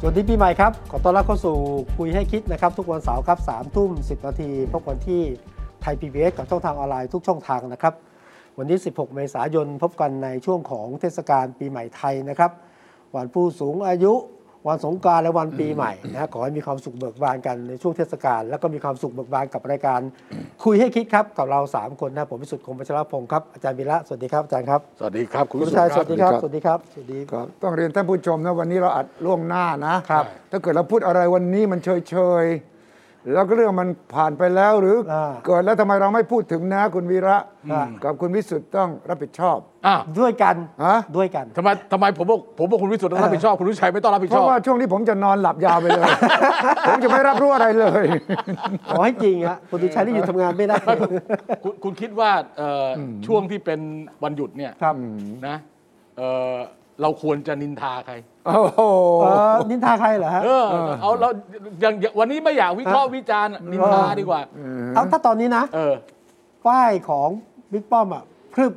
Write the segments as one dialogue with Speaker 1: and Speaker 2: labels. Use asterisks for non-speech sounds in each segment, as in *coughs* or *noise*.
Speaker 1: สวัสดีปีใหม่ครับ ขอต้อนรับเข้าสู่คุยให้คิดนะครับ ทุกวันเสาร์ครับสามทุ่มสินาทีพบกันที่ไทย PBS กับช่องทางออนไลน์ทุกช่องทางนะครับ วันนี้ 16 เมษายนพบกันในช่วงของเทศกาลปีใหม่ไทยนะครับ วันผู้สูงอายุ วันสงกรารและวันปีใหม่นะฮะขอให้มีความสุขเบิกบานกันในช่วงเทศกาลแล้วก็มีความสุขเบิกบานกับรายการ คุยให้คิดครับกับเราสามคนนะผมพิสุทธิ์คมวัชรพงศ์ครับอาจารย์วีระสวัสดีครับอาจารย์ครับ
Speaker 2: สวัสดีครับ คุณ
Speaker 1: คุณ
Speaker 2: ผู้
Speaker 1: ชายส
Speaker 2: ครั
Speaker 1: วัสดีครับสวัสดีครับสวัสดี
Speaker 3: ครับต้องเรียนท่านผู้ชมนะวันนี้เราอัดล่วงหน้านะครับ ถ้าเกิดเราพูดอะไรวันนี้มันเฉยเฉยๆแล้วก็เรื่องมันผ่านไปแล้วหรืออาเกิดแล้วทำไมเราไม่พูดถึงนะคุณวีระ
Speaker 1: อืม
Speaker 3: กับคุณวิสุทธ์ต้องรับผิดชอบ
Speaker 2: อ้าว
Speaker 1: ด้วยกัน
Speaker 3: ฮะ
Speaker 1: ด้วยกัน
Speaker 2: ทำไมทำไมผมบอกผมบอกคุณวิสุทธ์ต้องรับผิดชอบคุณวิชัยไม่ต้องรับผิด
Speaker 3: เพ
Speaker 2: ชอ
Speaker 3: ราะ
Speaker 2: บ
Speaker 3: ว่าช่วงนี้ผมจะนอนหลับยาวไป
Speaker 2: *laughs*
Speaker 3: เลย ผมจะไม่รับรู้อะไรเลย
Speaker 1: ขอให้จริงฮะคุณตุชัยที่อยู่ทำงานไม่ได้
Speaker 2: คุณคุณคิดว่าเอ่ออช่วงที่เป็นวันหยุดเนี่ย
Speaker 1: ครับ
Speaker 2: นะเอ่อเราควรจะนินทาใคร
Speaker 3: โอ้โห
Speaker 1: เอ่อนินทาใครเหรอฮะ
Speaker 2: เออเอาเราอย่างอย่างวันนี้ไม่อยากวิเคราะห์วิจารณ์นินทา
Speaker 1: เออ
Speaker 2: ดีกว่า
Speaker 1: เอาถ้าตอนนี้นะ
Speaker 2: เออ
Speaker 1: ป้ายของบิ๊กป้อมอ่ะพรึบ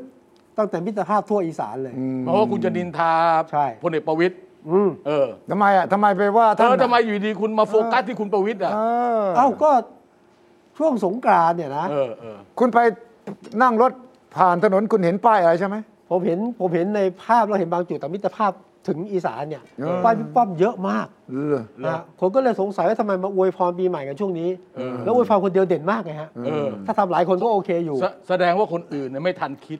Speaker 1: ตั้งแต่มิตรภาพทั่วอีสานเลย
Speaker 2: เพราะว่าคุณจะนินทา
Speaker 1: ใช่
Speaker 2: พลเอกประวิตย
Speaker 1: อืม
Speaker 2: เออ
Speaker 3: ทำไมอ่ะทำไมไปว่า
Speaker 2: เอ
Speaker 3: ท่าน
Speaker 2: อ
Speaker 3: อ่ะ
Speaker 2: ทำไมอยู่ดีคุณมาโฟกัสที่คุณประวิตยอ่ะ
Speaker 3: เออ
Speaker 1: เอ้าก็ช่วงสงกรานต์เนี่ยนะ
Speaker 2: เออเออ
Speaker 3: คุณไปนั่งรถผ่านถนนคุณเห็นป้ายอะไรใช่ไหม
Speaker 1: ผมเห็นผมเห็นในภาพเราเห็นบางจุดแต่มิตรภาพถึงอีสานเนี่ย
Speaker 3: เออ
Speaker 1: ป้ายบิ๊กป้อมเยอะมาก
Speaker 3: เหรอ
Speaker 1: นะฮะคนก็เลยสงสัยว่าทำไมมาอวยพรปีใหม่กันช่วงนี้ แล้วอวยพรคนเดียวเด่นมากไงฮะ
Speaker 2: เออ
Speaker 1: ถ้าทำหลายคนก็โอเคอยู่
Speaker 2: แสแสดงว่าคนอื่นเนี่ยไม่ทันคิด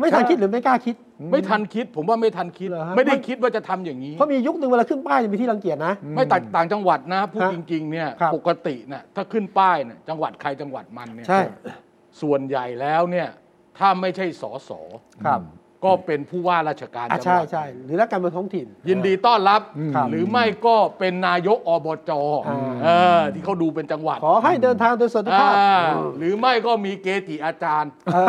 Speaker 1: ไม่ทันคิดหรือไม่กล้าคิด
Speaker 2: ไม่ทันคิด ผมว่าไม่ทันคิด
Speaker 1: เหรอฮะ
Speaker 2: ไม่ได้คิดว่าจะทำอย่างนี้
Speaker 1: เพราะมียุคหนึ่งเวลาขึ้นป้ายเนี่ยมีที่รังเกียจนะ
Speaker 2: ไม่ต่างต่างจังหวัดนะพูด
Speaker 1: ครับ
Speaker 2: จริงๆเนี่ย
Speaker 1: ครับ
Speaker 2: ปกติน่ะถ้าขึ้นป้ายเนี่ยจังหวัดใครจังหวัดมันเนี่ย
Speaker 1: ใช่
Speaker 2: ส่วนใหญ่แล้วเนี่ยถ้าไม่ใช่สอสอ
Speaker 1: ครับ
Speaker 2: ก็เป็นผู้ว่าราชการ
Speaker 1: อ่ะ
Speaker 2: จังห
Speaker 1: ใช่
Speaker 2: วัด
Speaker 1: ใช่หรือนักการเมืองท้องถิ่น
Speaker 2: ยินดีต้อนรับ
Speaker 1: ครับ
Speaker 2: หรือไม่ก็เป็นนายกอบจ
Speaker 1: อ่า
Speaker 2: เออที่เขาดูเป็นจังหวัด
Speaker 1: ขอให้เดินทางโดยสวัสดิภาพ
Speaker 2: อ่าหรือไม่ก็มีเกจิอาจารย์
Speaker 1: เออ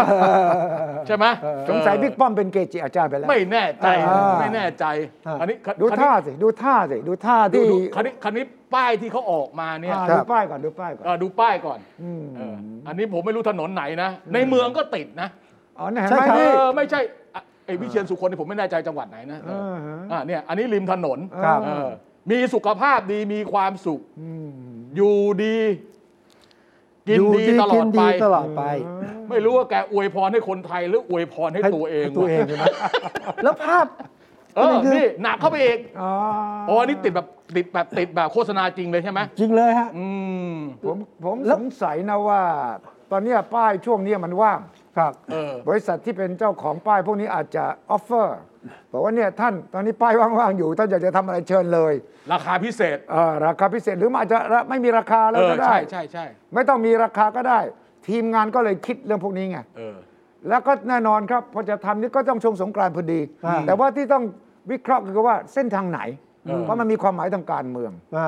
Speaker 2: ใช่ไหม
Speaker 3: สงสัย
Speaker 2: เออ
Speaker 3: บิ๊กป้อมเป็นเกจิอาจารย์ไปแล้ว
Speaker 2: ไม่แน่ใจ
Speaker 1: อ่า
Speaker 2: ไม่แน่ใจ
Speaker 1: อ่า
Speaker 2: อันนี้คัน
Speaker 3: ดูท่าสิ ดูท่าสิ ดูท่า
Speaker 2: ดู
Speaker 3: ที่
Speaker 2: ดูคันนี้คันนี้ป้ายที่เขาออกมาเนี่ย
Speaker 3: อ่า
Speaker 1: ครับ
Speaker 3: ดูป้ายก่อน ดูป้ายก่อน
Speaker 2: เอ่อดูป้ายก่อน
Speaker 3: อืม
Speaker 2: เอออันนี้ผมไม่รู้ถนนไหนนะ ในเมืองก็ติดนะ
Speaker 3: อ๋อนี่เห็น
Speaker 1: ใช่
Speaker 3: ไหม
Speaker 1: ครับ
Speaker 2: เอ
Speaker 3: นี่
Speaker 2: อไม่ใช่อ่ะไอ้วิเชียนสุคนนี่ผมไม่แน่ใจจังหวัดไหนนะเออ
Speaker 3: เออฮะ
Speaker 2: อ่ะเนี่ยอันนี้ริมถนน
Speaker 1: ครับ
Speaker 2: เออมีสุขภาพดีมีความสุข อยู่ดี กิน
Speaker 1: อยู่
Speaker 2: ดีตล
Speaker 1: กิ
Speaker 2: อด
Speaker 1: น
Speaker 2: ไป
Speaker 1: ดีตลอดไป
Speaker 2: ไม่รู้ว่าแกอวยพรให้คนไทยหรืออวยพรให้ตัวเอง
Speaker 1: ให้ตัวเอง
Speaker 2: วะ
Speaker 1: ใช่ไหมแล้วภาพ
Speaker 2: เออ
Speaker 1: นี่คือ
Speaker 2: นี่หนักเข้าไปอีก
Speaker 3: อ๋อ
Speaker 2: อ๋ออันนี้ติดแบบติดแบบติดแบบโฆษณาจริงเลยใช่ไหม
Speaker 1: จริงเลยฮะ
Speaker 2: อืม
Speaker 3: ผมผม
Speaker 1: แล้
Speaker 3: ส
Speaker 1: ว
Speaker 3: งสัยนะว่า ตอนเนี้ยป้ายช่วงเนี้ยมันว่าง
Speaker 1: ครับ
Speaker 2: เออ
Speaker 3: บริษัทที่เป็นเจ้าของป้ายพวกนี้อาจจะออฟเฟอร์บอกว่าเนี่ยท่านตอนนี้ป้ายว่างๆอยู่ ท่านอยากจะทำอะไรเชิญเลย
Speaker 2: ราคาพิเศษ
Speaker 3: เอ่อราคาพิเศษหรือมันอาจจะไม่มีราคาแล้
Speaker 2: เอ
Speaker 3: ว
Speaker 2: อ
Speaker 3: ก็ได้
Speaker 2: ใช่ใช่ใช่
Speaker 3: ไม่ต้องมีราคาก็ได้ ทีมงานก็เลยคิดเรื่องพวกนี้ไง
Speaker 2: เออ
Speaker 3: แล้วก็แน่นอนครับพอจะทำนี่ก็ต้องชงสงกรานต์พอดี แต่ว่าที่ต้องวิเคราะห์ก็คือว่าเส้นทางไหน
Speaker 2: เออ
Speaker 3: เพราะมันมีความหมายทางการเมือง
Speaker 1: อ่า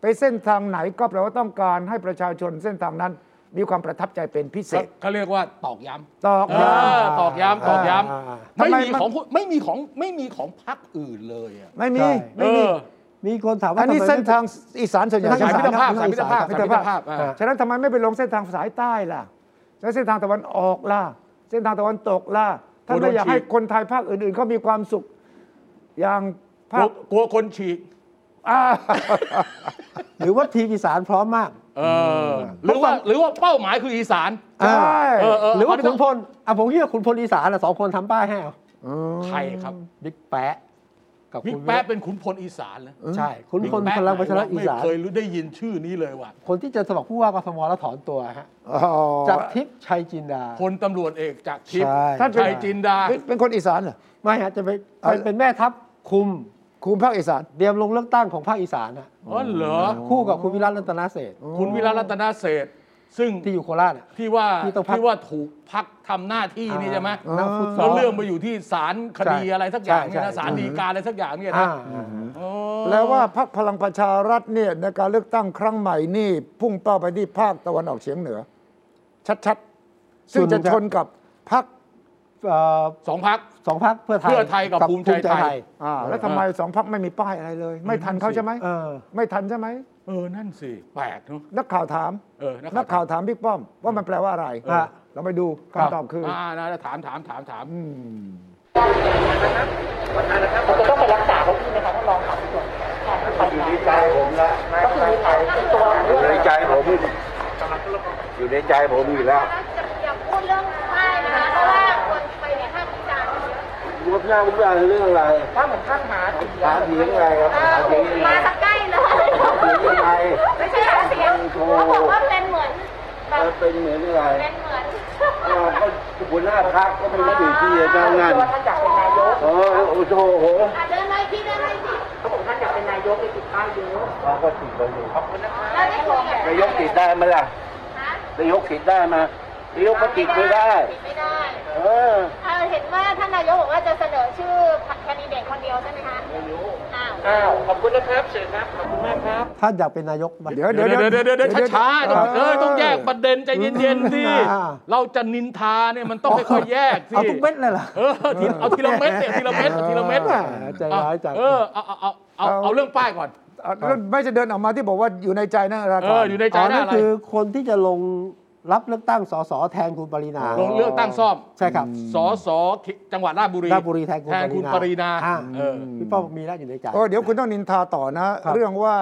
Speaker 3: ไปเส้นทางไหนก็แปลว่าต้องการให้ประชาชนเส้นทางนั้น มีความประทับใจเป็นพิเศษ
Speaker 2: เขาเรียกว่าตอกย้ำ
Speaker 3: ตอก
Speaker 2: เอ
Speaker 3: ย้
Speaker 2: อตอกย้ำตอกย้
Speaker 1: าอ่า
Speaker 2: ำ
Speaker 3: ทำ
Speaker 2: ไม่
Speaker 3: ไม
Speaker 2: มี
Speaker 3: มัน
Speaker 2: ของคุณไม่มีของไม่มีของพักอื่นเลยอะ
Speaker 3: ำไม่มีไม่มี
Speaker 2: เออ
Speaker 1: มีคนถามว่า
Speaker 3: อันนี้
Speaker 1: ทำไมไม่
Speaker 3: เส้นทางอีสานส่วนใหญ่
Speaker 1: ทง
Speaker 2: สา
Speaker 3: ใช่
Speaker 2: ย
Speaker 3: ไหม
Speaker 2: มิตรภาพสายมิตรภาพ
Speaker 1: มิ
Speaker 2: สาย
Speaker 1: ตร
Speaker 2: มิตร
Speaker 1: ภาพ
Speaker 2: ภาพอ่ะ
Speaker 3: ฉะนั้นทำไมไม่ไปลงเส้นทางสายใต้ล่ะแล้วเส้นทางตะวันออกล่ะ เส้นทางตะวันตกล่ะท่านไม่อยากให้คนไทยภาคอื่นๆเขามีความสุขอย่าง
Speaker 2: กลั
Speaker 3: ภาว ค
Speaker 2: กลัวคนฉีก
Speaker 3: อ่า
Speaker 1: หรือว่าทีมอีสานพร้อมมาก
Speaker 2: เออหรือว่าหรือว่าเป้าหมายคืออีสาน
Speaker 3: ใช่
Speaker 1: อ่า
Speaker 2: เออเออ
Speaker 1: หรือว่า
Speaker 2: อันนี้
Speaker 1: ขุ
Speaker 2: ต้อน ง
Speaker 1: พลอ่ะผมคิดว่าขุนพลอีสานอ่ะสองคนทำป้ายให้เอา
Speaker 2: ใครครับ
Speaker 1: บิ๊กแปะกับ
Speaker 2: บิ๊ก
Speaker 1: คุณ
Speaker 2: แป๊ะเป็นขุนพลอีสานแล้ว
Speaker 1: ใช่ขุนพลพลังประชารัฐอีสาน
Speaker 2: ไม่เคยรู้ได้ยินชื่อนี้เลยว่ะ
Speaker 1: คนที่จะสมัครผู้ว่ากทมแล้วถอนตัวฮะ
Speaker 3: อ๋อ
Speaker 1: จากทิพย์ชัยจินดา
Speaker 2: พลตำรวจเอกจากทิพย์
Speaker 1: ใช่
Speaker 2: ท่านชัยจินดา
Speaker 3: เป็นเป็นคนอีสานเหรอ
Speaker 1: ไม่ฮะจะไป
Speaker 3: เอา
Speaker 1: ไปเป็นแม่ทัพคุม
Speaker 3: คุมภาคอีสาน
Speaker 1: เตรียมลงเลือกตั้งของภาคอีสานนะ
Speaker 2: อ๋อเหรอ
Speaker 1: คู่กับคุณวิรัตรัตนเศรษฐ์
Speaker 2: คุณวิรัตรัตนเศรษฐ์ซึ่ง
Speaker 1: ที่อยู่โคราชอ่ะ
Speaker 2: ที่ว่า
Speaker 1: ที่ต้องพัก
Speaker 2: ที่ว่าถูกพักทำหน้าที่นี่ใช่ไหม
Speaker 1: อ่านักฟุตซอ
Speaker 2: แล้
Speaker 1: ล
Speaker 2: วเรื่องไปอยู่ที่ศาลคดี
Speaker 1: ใช่
Speaker 2: อะไรสักอย่างเนี่ย
Speaker 1: ใช่
Speaker 2: นะ
Speaker 1: ใช่
Speaker 2: ศาลฎีกาอะไรสักอย่างเนี่ย
Speaker 1: อ่า
Speaker 2: นะ อ๋อ
Speaker 3: แปลว่าพรรคพลังประชารัฐเนี่ยในการเลือกตั้งครั้งใหม่นี่ พุ่งเป้าไปที่ภาคตะวันออกเฉียงเหนือ ชัดๆ ซึ่งจะชนกับพรรค
Speaker 1: เอ่อ
Speaker 2: สองพัก
Speaker 1: สองพักเพื่อไทย
Speaker 2: เพื่อไทยกับภูมิใจไทย
Speaker 3: อ่าแล้วทำไมสองพรรคไม่มีป้ายอะไรเลย ไม่ทันเขาใช่ไหม
Speaker 1: เออ
Speaker 3: ไม่ทันใช่ไหม
Speaker 2: เออ นั่นสิแปลกเนาะ
Speaker 3: นักข่าวถาม
Speaker 2: เออ
Speaker 3: นักข่าวถามบิ๊กป้อม ว่ามันแปลว่าอะไร
Speaker 1: เออ
Speaker 3: เราไปดู
Speaker 1: ครับ
Speaker 3: คำตอบคืออ
Speaker 2: อ่านะถามถามถามถาม
Speaker 3: อืม
Speaker 4: ผมจะต้องไปรักษาเขาที่ไหมคะท่านรองค่ะพี่ตัว
Speaker 5: อยู่ในใจผมแล้ว
Speaker 4: ก็คือมีแผนที่ตัว
Speaker 5: อ
Speaker 4: เรื่
Speaker 5: ยู่
Speaker 4: องอะ
Speaker 5: ใน
Speaker 4: ไร
Speaker 5: ใจผม อยู่ในใจผมอยู่แล้ว
Speaker 6: อย่าพูดเรื่องป้ายนะคะเพราะว่าคนไปในภาควิจารณ์เยอะ
Speaker 5: รูปหน้ารูปหน้าคือเรื่องอะไร
Speaker 4: ว่าเหมือนท่านหาเสียง
Speaker 5: หาเสียงอะไรครับ
Speaker 6: เอ
Speaker 5: หาเสียงยั
Speaker 6: อ
Speaker 5: งไง
Speaker 6: มาสักใกล้เลย
Speaker 5: หาเสียงยังไง
Speaker 6: ไม่ใช่หาเสียงเขาบอกว่าเป็นเหมือนแบ
Speaker 5: มั
Speaker 6: บ
Speaker 5: นเป็นเหมือนอะไร
Speaker 6: เป็นเหมือน
Speaker 5: เราก็หัวหน้าพักก็เป็นคนอื่นที่จะทำงาน
Speaker 4: ตัวท่านอยากเป็นนายก
Speaker 5: โอ้โหโอ้โห
Speaker 6: อ่ะเดินมาอีกทีเดินมาอีกที
Speaker 4: เขาบอกท่านอยากเป็นนายกในติดป้ายเยอะ
Speaker 5: เราก็ติดไปอยู่
Speaker 6: แล้วได้คุยกับ
Speaker 5: นายกติดได้ไหมล่ะ
Speaker 6: ฮะ
Speaker 5: นายกติดได้ไหมนายกก็ติดไม่ได้
Speaker 6: ติดไม่ได้
Speaker 5: เออ
Speaker 6: เออเห็นว่าท่านนายกบอกว่าจะเสนอชื่อแคนดิเดตคนเดียวใช่ไหมคะไม่รู้อ้าว
Speaker 4: อ้าวขอบคุณนะครับเชิญครับขอบคุณมากครับ
Speaker 1: ท่านอยากเป็นนายกไหม
Speaker 3: เดี๋ยว
Speaker 2: เดี๋
Speaker 3: เดี๋
Speaker 2: ย
Speaker 3: ยว ว
Speaker 2: เดี๋ยวเดี๋ยวเดี๋ยวเดี๋ยวช้าๆต้อง
Speaker 3: เ
Speaker 2: เออต้องแยกประเด็นใจเย็นๆสิ
Speaker 1: อ่า
Speaker 2: เราจะนินทาเนี่ยมันต้องค่อยๆแยกสิ
Speaker 1: เอาทุกเม็ดเลยเหรอ
Speaker 2: เออทีเอาทีละเม็ดเนี่ยทีละเม็ดเอาทีละเม็ด
Speaker 1: แหมใจร้ายจัง
Speaker 2: เออเอาเอาเอาเอาเอาเรื่องป้ายก่อน
Speaker 3: เอาแล้วไม่จะเดินออกมาที่บอกว่าอยู่ในใจนะรา
Speaker 2: เอ
Speaker 3: ธา
Speaker 2: ออยู่ในใจ
Speaker 1: อ๋อ
Speaker 2: ได้
Speaker 1: นั่น
Speaker 2: อะไร
Speaker 1: คือคนที่จะลงรับเลือกตั้งสสแทนคุณปรินา
Speaker 2: ลงเลือกตั้งซ่อม
Speaker 1: ใช่ครับ
Speaker 2: สสจังหวัดราชบุรี
Speaker 1: ราชบุรีแทนคุณ
Speaker 2: คุณป
Speaker 1: ปริ
Speaker 2: รินา
Speaker 1: นาอ่า
Speaker 2: เออ
Speaker 1: พี่ป้อมมีแล้วอยู่ในใจ
Speaker 3: โอ้เดี๋ยวคุณต้องนินทาต่อนะ
Speaker 1: ครับ
Speaker 3: เรื่องว่า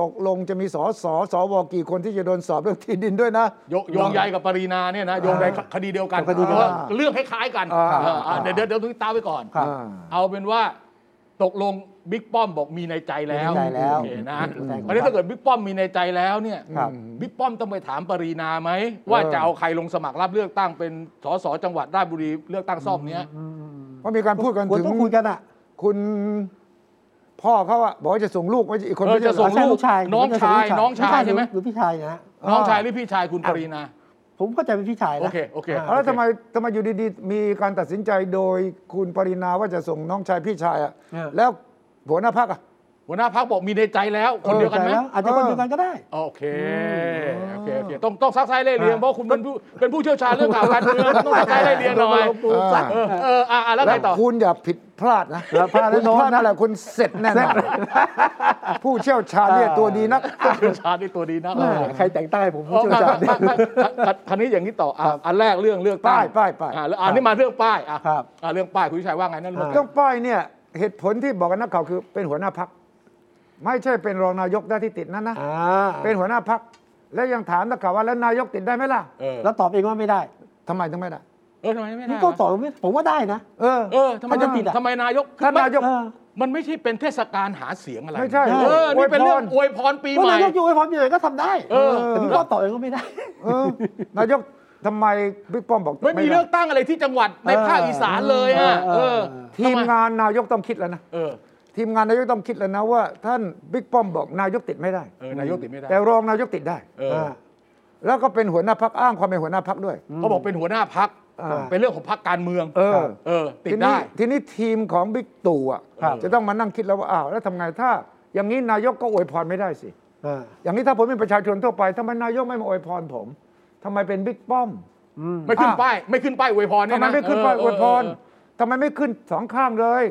Speaker 3: ตกลงจะมีสอสอสวกี่คนที่จะโดนสอบเรื่องที่ดินด้วยนะ
Speaker 2: โยโยงใยกับปรินาเนี่ยนะโยงใยคดีเดียวกัน
Speaker 1: คดีเดียวกัน
Speaker 2: เรื่องคล้ายๆกัน
Speaker 3: อ่า
Speaker 2: เอออ่าเดี๋ยวเดี๋ยวเดี๋ยวต้องตามไว้ก่อน
Speaker 1: ครับ
Speaker 3: อ่า
Speaker 2: เอาเป็นว่าตกลงบิ๊กป้อมบอกมีในใจแล้ว
Speaker 1: มีในใจแล้ว
Speaker 2: โอเคนะ
Speaker 1: มีในใจ
Speaker 2: เพราะฉะนั้นถ้าเกิดบิ๊กป้อมมีในใจแล้วเนี่ย
Speaker 1: ครับ
Speaker 2: บิ๊กป้อมต้องไปถามปรีนาไหมว่าจะเอาใครลงสมัครรับเลือกตั้งเป็นสสจังหวัดราชบุรีเลือกตั้งซ่อมเนี้ย
Speaker 3: เพราะมีการพูดกัน
Speaker 1: ควร
Speaker 3: ถึง
Speaker 1: ต้องคุยกันอ่ะ
Speaker 3: คุณพ่อเขาอะบอกว่าจะส่งลูกไว้อีกคน
Speaker 2: เออ
Speaker 3: ไม่
Speaker 2: จะ
Speaker 3: ใช่เหรอ
Speaker 2: ส่ง
Speaker 1: ใช่
Speaker 2: ลู
Speaker 1: ลู
Speaker 2: ก
Speaker 1: กชาย
Speaker 2: น้องชายน้องชายใช่ไหม
Speaker 1: หรือพี่ชายนะ
Speaker 3: อ
Speaker 2: น้องชายหรือพี่ชายคุณปรีนา
Speaker 1: ผมเข้าใจเป็นพี่ชายนะ
Speaker 2: โอเคโอเค
Speaker 1: า
Speaker 3: เอาแล้วทำไมทำไมอยู่ดีๆ มีการตัดสินใจโดยคุณปรินาว่าจะส่งน้องชายพี่ชายอะ
Speaker 1: เออ
Speaker 3: แล้วหัวหน้าพักอะ
Speaker 2: หัวหน้าพักบอกมีในใจแล้วคนเดียวกันไหม
Speaker 1: ใจแล้อาจจะคนเดียวกันก็ได้
Speaker 2: โอเค โอเค โอเค ต้องต้องซักไซส์ไล่เรียง เพราะคุณเป็นผู้เป็นผู้เชี่ยวชาญเรื่องข่าวการเมืองต้องซักไซส์ไล่ *laughs* เรียงหน่อย
Speaker 3: เออ
Speaker 2: เออเอออ่ะอ่ะแล้ว
Speaker 3: แล้
Speaker 2: ไง
Speaker 3: ว
Speaker 2: ต่อ
Speaker 3: คุณอย่าผิดพลาดนะ
Speaker 1: อย่าพลาดนะ
Speaker 3: คุณ
Speaker 1: น้อง
Speaker 3: พลาด
Speaker 1: นะ
Speaker 3: อะไรคุณเสร็จแน่นอนผู้เชี่ยวชาญเนี่ย
Speaker 1: เออ
Speaker 3: ตัวดีนัก
Speaker 2: เชี่ยวชาญนี่ตัวดีนะ
Speaker 1: แม่ใครแต่งตั้งให้ผมผู้เชี่ยวชาญเนี่ย
Speaker 2: คันนี้อย่างนี้ต่ออ่ะอันแรกเรื่องเลือกตั้ง
Speaker 3: ป้ายป้ายป้าย
Speaker 2: อ่ะแล้วอันนี้มาเรื่องป้ายอ่ะ
Speaker 1: ครับ
Speaker 2: อ่ะเรื่องป้ายคุณวิชัยว่าไงนั่นเรื่อง
Speaker 1: า
Speaker 3: ต้องป้ายเนี่ยเหตุผลที่บอกกับนักข่าวคือเป็นหัวหน้าพัก ไม่ใช่เป็นรองนายกได้ที่ติดนั้นนะ
Speaker 1: อ่า
Speaker 3: เป็นหัวหน้าพัก และยังถามนักข่าวว่าแล้วนายกติดได้ไหมล่ะ
Speaker 2: เออ
Speaker 1: แล้วตอบเองว่าไม่ได้
Speaker 3: ทำไมถึงไม่ได้
Speaker 2: เออทำไมไม่ได้
Speaker 1: นี่ก็
Speaker 2: วะ
Speaker 1: ตอบไม่ผมว่าได้นะ
Speaker 3: เออ
Speaker 2: เออทำไม
Speaker 1: ถ้าจะติดอ่ะ
Speaker 2: ทำไมนายก
Speaker 3: ท่านนายก
Speaker 1: เออ
Speaker 2: มันไม่ใช่เป็นเทศกาลหาเสียงอะไร
Speaker 3: ไม่ใช่
Speaker 2: เออนี่เป็นเรื่องอวยพรปี
Speaker 1: ก็
Speaker 2: ใหม่
Speaker 1: นายกอยู่ไอ้พร้อมยังไงก็ทำได้
Speaker 2: เออ
Speaker 1: แต่พี่ก็ตอบเองก็ไม่ได้
Speaker 3: เอ
Speaker 2: *laughs*
Speaker 3: อนายกทำไมบิ๊กป้อมบอก
Speaker 2: ไม่มี
Speaker 3: ด้
Speaker 2: เลือกตั้งอะไรที่จังหวัดในภาคอีสานเลยอ่ะเอ
Speaker 1: เอ
Speaker 2: อ
Speaker 1: อ
Speaker 3: ทีม
Speaker 2: ทำไ
Speaker 3: งานนายกต้องคิดแล้วนะ
Speaker 2: เออ
Speaker 3: ทีมงานนายกต้องคิดแล้วนะว่า ท่านบิ๊กป้อมบอกนายกติดไม่ได้
Speaker 2: เออนายกติดไม่ได้
Speaker 3: แต่รองนายกติดได้
Speaker 2: เออ
Speaker 3: แล้วก็เป็นหัวหน้าพักอ้างความเป็นหัวหน้าพักด้วย
Speaker 2: เขาบอกเป็นหัวหน้าพัก
Speaker 3: อ่า
Speaker 2: เป็นเรื่องของพักการเมือง
Speaker 3: เออ
Speaker 2: เออ ติด
Speaker 3: ทีนี้
Speaker 2: ได้
Speaker 3: ทีนี้ทีมของบิ๊กตู่อ่ะ
Speaker 1: ครับ
Speaker 3: จะต้องมานั่งคิดแล้วว่าอ้าวแล้วทำไงถ้า อย่างนี้นายกก็อวยพรไม่ได้สิ
Speaker 1: เออ
Speaker 3: อย่างนี้ถ้าผมเป็นประชาชนทั่วไปทำไมนายกไม่มาอวยพรผมทำไมเป็นบิ๊กป้อม
Speaker 1: อืม
Speaker 2: ไม่ขึ้นป้าย ไม่ขึ้นป้ายอวยพรเนี่ย
Speaker 3: ทำไม
Speaker 2: นะ
Speaker 3: ไม่ขึ้นไป
Speaker 2: เ
Speaker 3: อวยพรทำไมไม่ขึ้นสองข้างเลย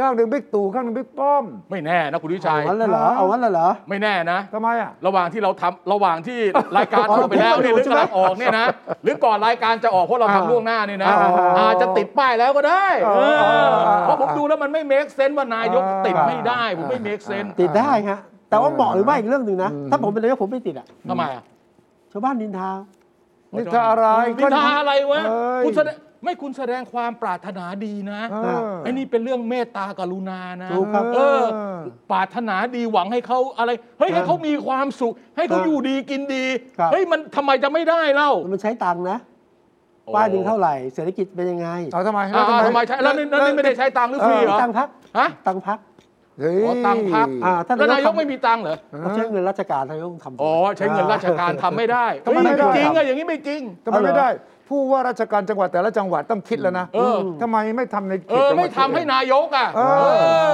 Speaker 3: ด้านหนึ่งบิ๊กตู่ข้างหนึ่งบิ๊กป้อม
Speaker 2: ไม่แน่นะคุณวิชัย
Speaker 1: เอางั้นเลยเหรอ เอางั้นเลยเหรอ
Speaker 2: ไม่แน่นะ
Speaker 3: ทำไมอ่ะ
Speaker 2: ระหว่างที่เราทำระหว่างที่รายการ
Speaker 1: อ๋อ
Speaker 2: เข้าไปแล้วเนี่ยห
Speaker 1: คุ
Speaker 2: รื
Speaker 1: ณ
Speaker 2: อกำลังออกเนี่ยนะ หรือก่อนรายการจะออกเพราะเรา
Speaker 1: อ่า
Speaker 2: ทำล่วงหน้าเนี่ยนะ
Speaker 1: อ่า
Speaker 2: อาจจะติดป้ายแล้วก็ได้
Speaker 3: อ๋อ
Speaker 2: เออ
Speaker 3: อ่า
Speaker 2: เพราะผมดูแล้วมันไม่เมคเซนต์ว่านายก
Speaker 3: อ่า
Speaker 2: ติดไม่ได้ ผมไม่เมคเซนต์
Speaker 1: ติดได้ฮะ แต่ว่าเหมาะหรือไม่อีกเรื่องหนึ่งนะ ถ้าผมเป็นนายกผมไม่ติดอ่ะ
Speaker 2: ทำไมอะ
Speaker 1: ชาวบ้านนินทา
Speaker 3: นิทาอะไร
Speaker 2: นิทาอะไรวะ
Speaker 3: เอ้ย
Speaker 2: คุณแสดงไม่คุณแสดงความปรารถนาดีนะ
Speaker 3: เออ
Speaker 2: ไอ้นี่เป็นเรื่องเมตตากรุณานะ
Speaker 1: ถูกครับ
Speaker 2: เออ ปรารถนาดีหวังให้เขาอะไร เฮ้ยให้เขามีความสุข ให้
Speaker 1: ค
Speaker 2: เขา
Speaker 1: รับ
Speaker 2: อยู่ดีกินดี
Speaker 1: ครับ
Speaker 2: เฮ้ยมันทำไมจะไม่ได้เล่า
Speaker 1: มันใช้ตังค์นะ ป้ายหนึ่งเท่าไหร่ เศรษฐกิจเป็นยังไง
Speaker 3: เอาทำไม
Speaker 2: อ่าทำไมใช้แล้วนี่แล้วนี่ไม่ได้ใช้ตังค์หรือฟรีเหรอ
Speaker 1: ตังค์พัก
Speaker 2: ฮะ
Speaker 1: ตังค์พัก
Speaker 3: เฮ้ย
Speaker 2: อ๋อตังค์พัก
Speaker 1: อ่า ท่าน
Speaker 2: แล้วนาน
Speaker 1: าย ย
Speaker 2: ก
Speaker 1: ก
Speaker 2: ไม่มีตังค์เหรอ
Speaker 1: เขาใช้เงินราชการนายกต้องทำ
Speaker 2: อ๋อใช้เงินราชการทำไม่ได้
Speaker 3: ทำ
Speaker 2: เฮ้
Speaker 3: ไม
Speaker 2: ย
Speaker 3: ไม่ได้
Speaker 2: จริง
Speaker 3: อะ
Speaker 2: อะอย่างนี้ไม่จริง
Speaker 3: ทำไมไม่ได้ ผู้ว่าราชการจังหวัดแต่ละจังหวัดต้องคิดแล้วนะ
Speaker 2: เออ
Speaker 3: ทำไมไม่ทำในเข
Speaker 2: เอ
Speaker 3: ต
Speaker 2: อ
Speaker 3: จังหวัด
Speaker 2: ไม่ทำให้
Speaker 3: ตัวเอง
Speaker 2: นายกอ่ะ
Speaker 3: เอ
Speaker 2: เอ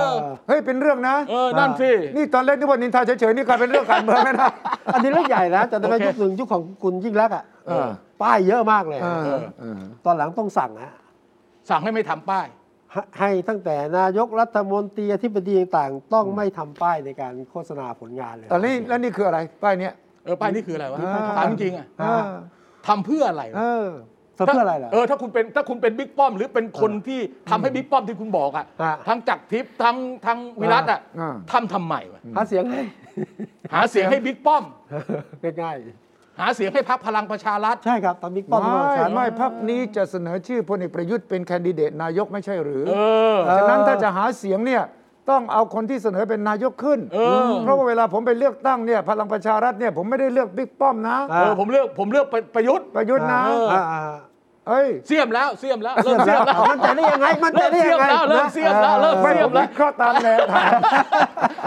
Speaker 3: อ
Speaker 2: อ
Speaker 3: เฮ้ยเป็นเรื่องนะ
Speaker 2: เออ นั่นสิ
Speaker 3: นี่ตอนเล่นนึกว่านินทาเฉยๆนี่กลายเป็นเรื่องการเมืองแล้วนะ
Speaker 1: อันนี้เรื่องใหญ่นะ *laughs* แต่ใน
Speaker 2: โอเค
Speaker 1: ยุคหนึ่งยุคของคุณยิ่งรักษณ์อ่ะ
Speaker 3: เออ
Speaker 1: ป้ายเยอะมากเลย
Speaker 3: เออเออ
Speaker 1: ตอนหลังต้องสั่งฮะ
Speaker 2: สั่งให้ไม่ทำป้าย
Speaker 1: ให้ให้ตั้งแต่นายกรัฐมนตรีอธิบดีต่างๆต้องไม่ทำป้ายในการโฆษณาผลงานเลย
Speaker 3: ตอนนี้แล้วนี่คืออะไรป้ายเนี้ย
Speaker 2: เออ ป้ายนี่คืออะไรวะ
Speaker 3: เออ
Speaker 2: ถามจริงๆอ่ะ
Speaker 3: เออ
Speaker 2: ทำเพื่ออะไรวะ
Speaker 3: เออ
Speaker 1: เพื่ออะไรล่ะ
Speaker 2: เออถ้าคุณเป็นถ้าคุณเป็นบิ๊กป้อมหรือเป็นคนที่ทำให้บิ๊กป้อมที่คุณบอกอ่ะ
Speaker 1: อ่ะ
Speaker 2: ทั้งจักรทิพย์ทั้งทั้งวิรัตอ่ะ
Speaker 3: อ่า
Speaker 2: ทำทำไมวะ
Speaker 1: หาเสียงให้
Speaker 2: หาเสียงให้บิ๊กป้อม
Speaker 1: ง่าย
Speaker 2: หาเสียงให้พรรคพลังประชารัฐ
Speaker 1: ๆใช่ครับตอนบิ๊กป้อม
Speaker 3: ไม่
Speaker 1: ก็ฉัน
Speaker 3: ไม่พักนี้จะเสนอชื่อพลเอกประยุทธ์เป็นแคนดิเดตนายกไม่ใช่หรือ
Speaker 2: เออ
Speaker 3: ฉะนั้นถ้าจะหาเสียงเนี่ยต้องเอาคนที่เสนอเป็นนายกขึ้น
Speaker 2: เออ
Speaker 3: เพราะว่าเวลาผมไปเลือกตั้งเนี่ยพลังประชารัฐเนี่ยผมไม่ได้เลือกบิ๊กป้อมนะ
Speaker 1: เอ
Speaker 2: เออผมเลือกผมเลือกประประยุทธ์
Speaker 3: ประยุทธ์นะ
Speaker 2: เออ
Speaker 1: อ่า
Speaker 3: เอ้ย
Speaker 2: เสียมแล้วเสียมแล้ว
Speaker 1: ๆ
Speaker 2: เริ่มเสียมแล้ว
Speaker 1: มันใจได้ยังไง มันใจ
Speaker 2: เริ่ม
Speaker 1: ได้
Speaker 2: เสีย
Speaker 1: ยั
Speaker 2: ม
Speaker 1: งไง
Speaker 2: แล้วเริ่มเสียมแล้วเริ่ม
Speaker 3: ไม่
Speaker 2: เสีย
Speaker 3: ผม ม
Speaker 2: แล้ว
Speaker 3: วิเคราะห์ตามแนวทาง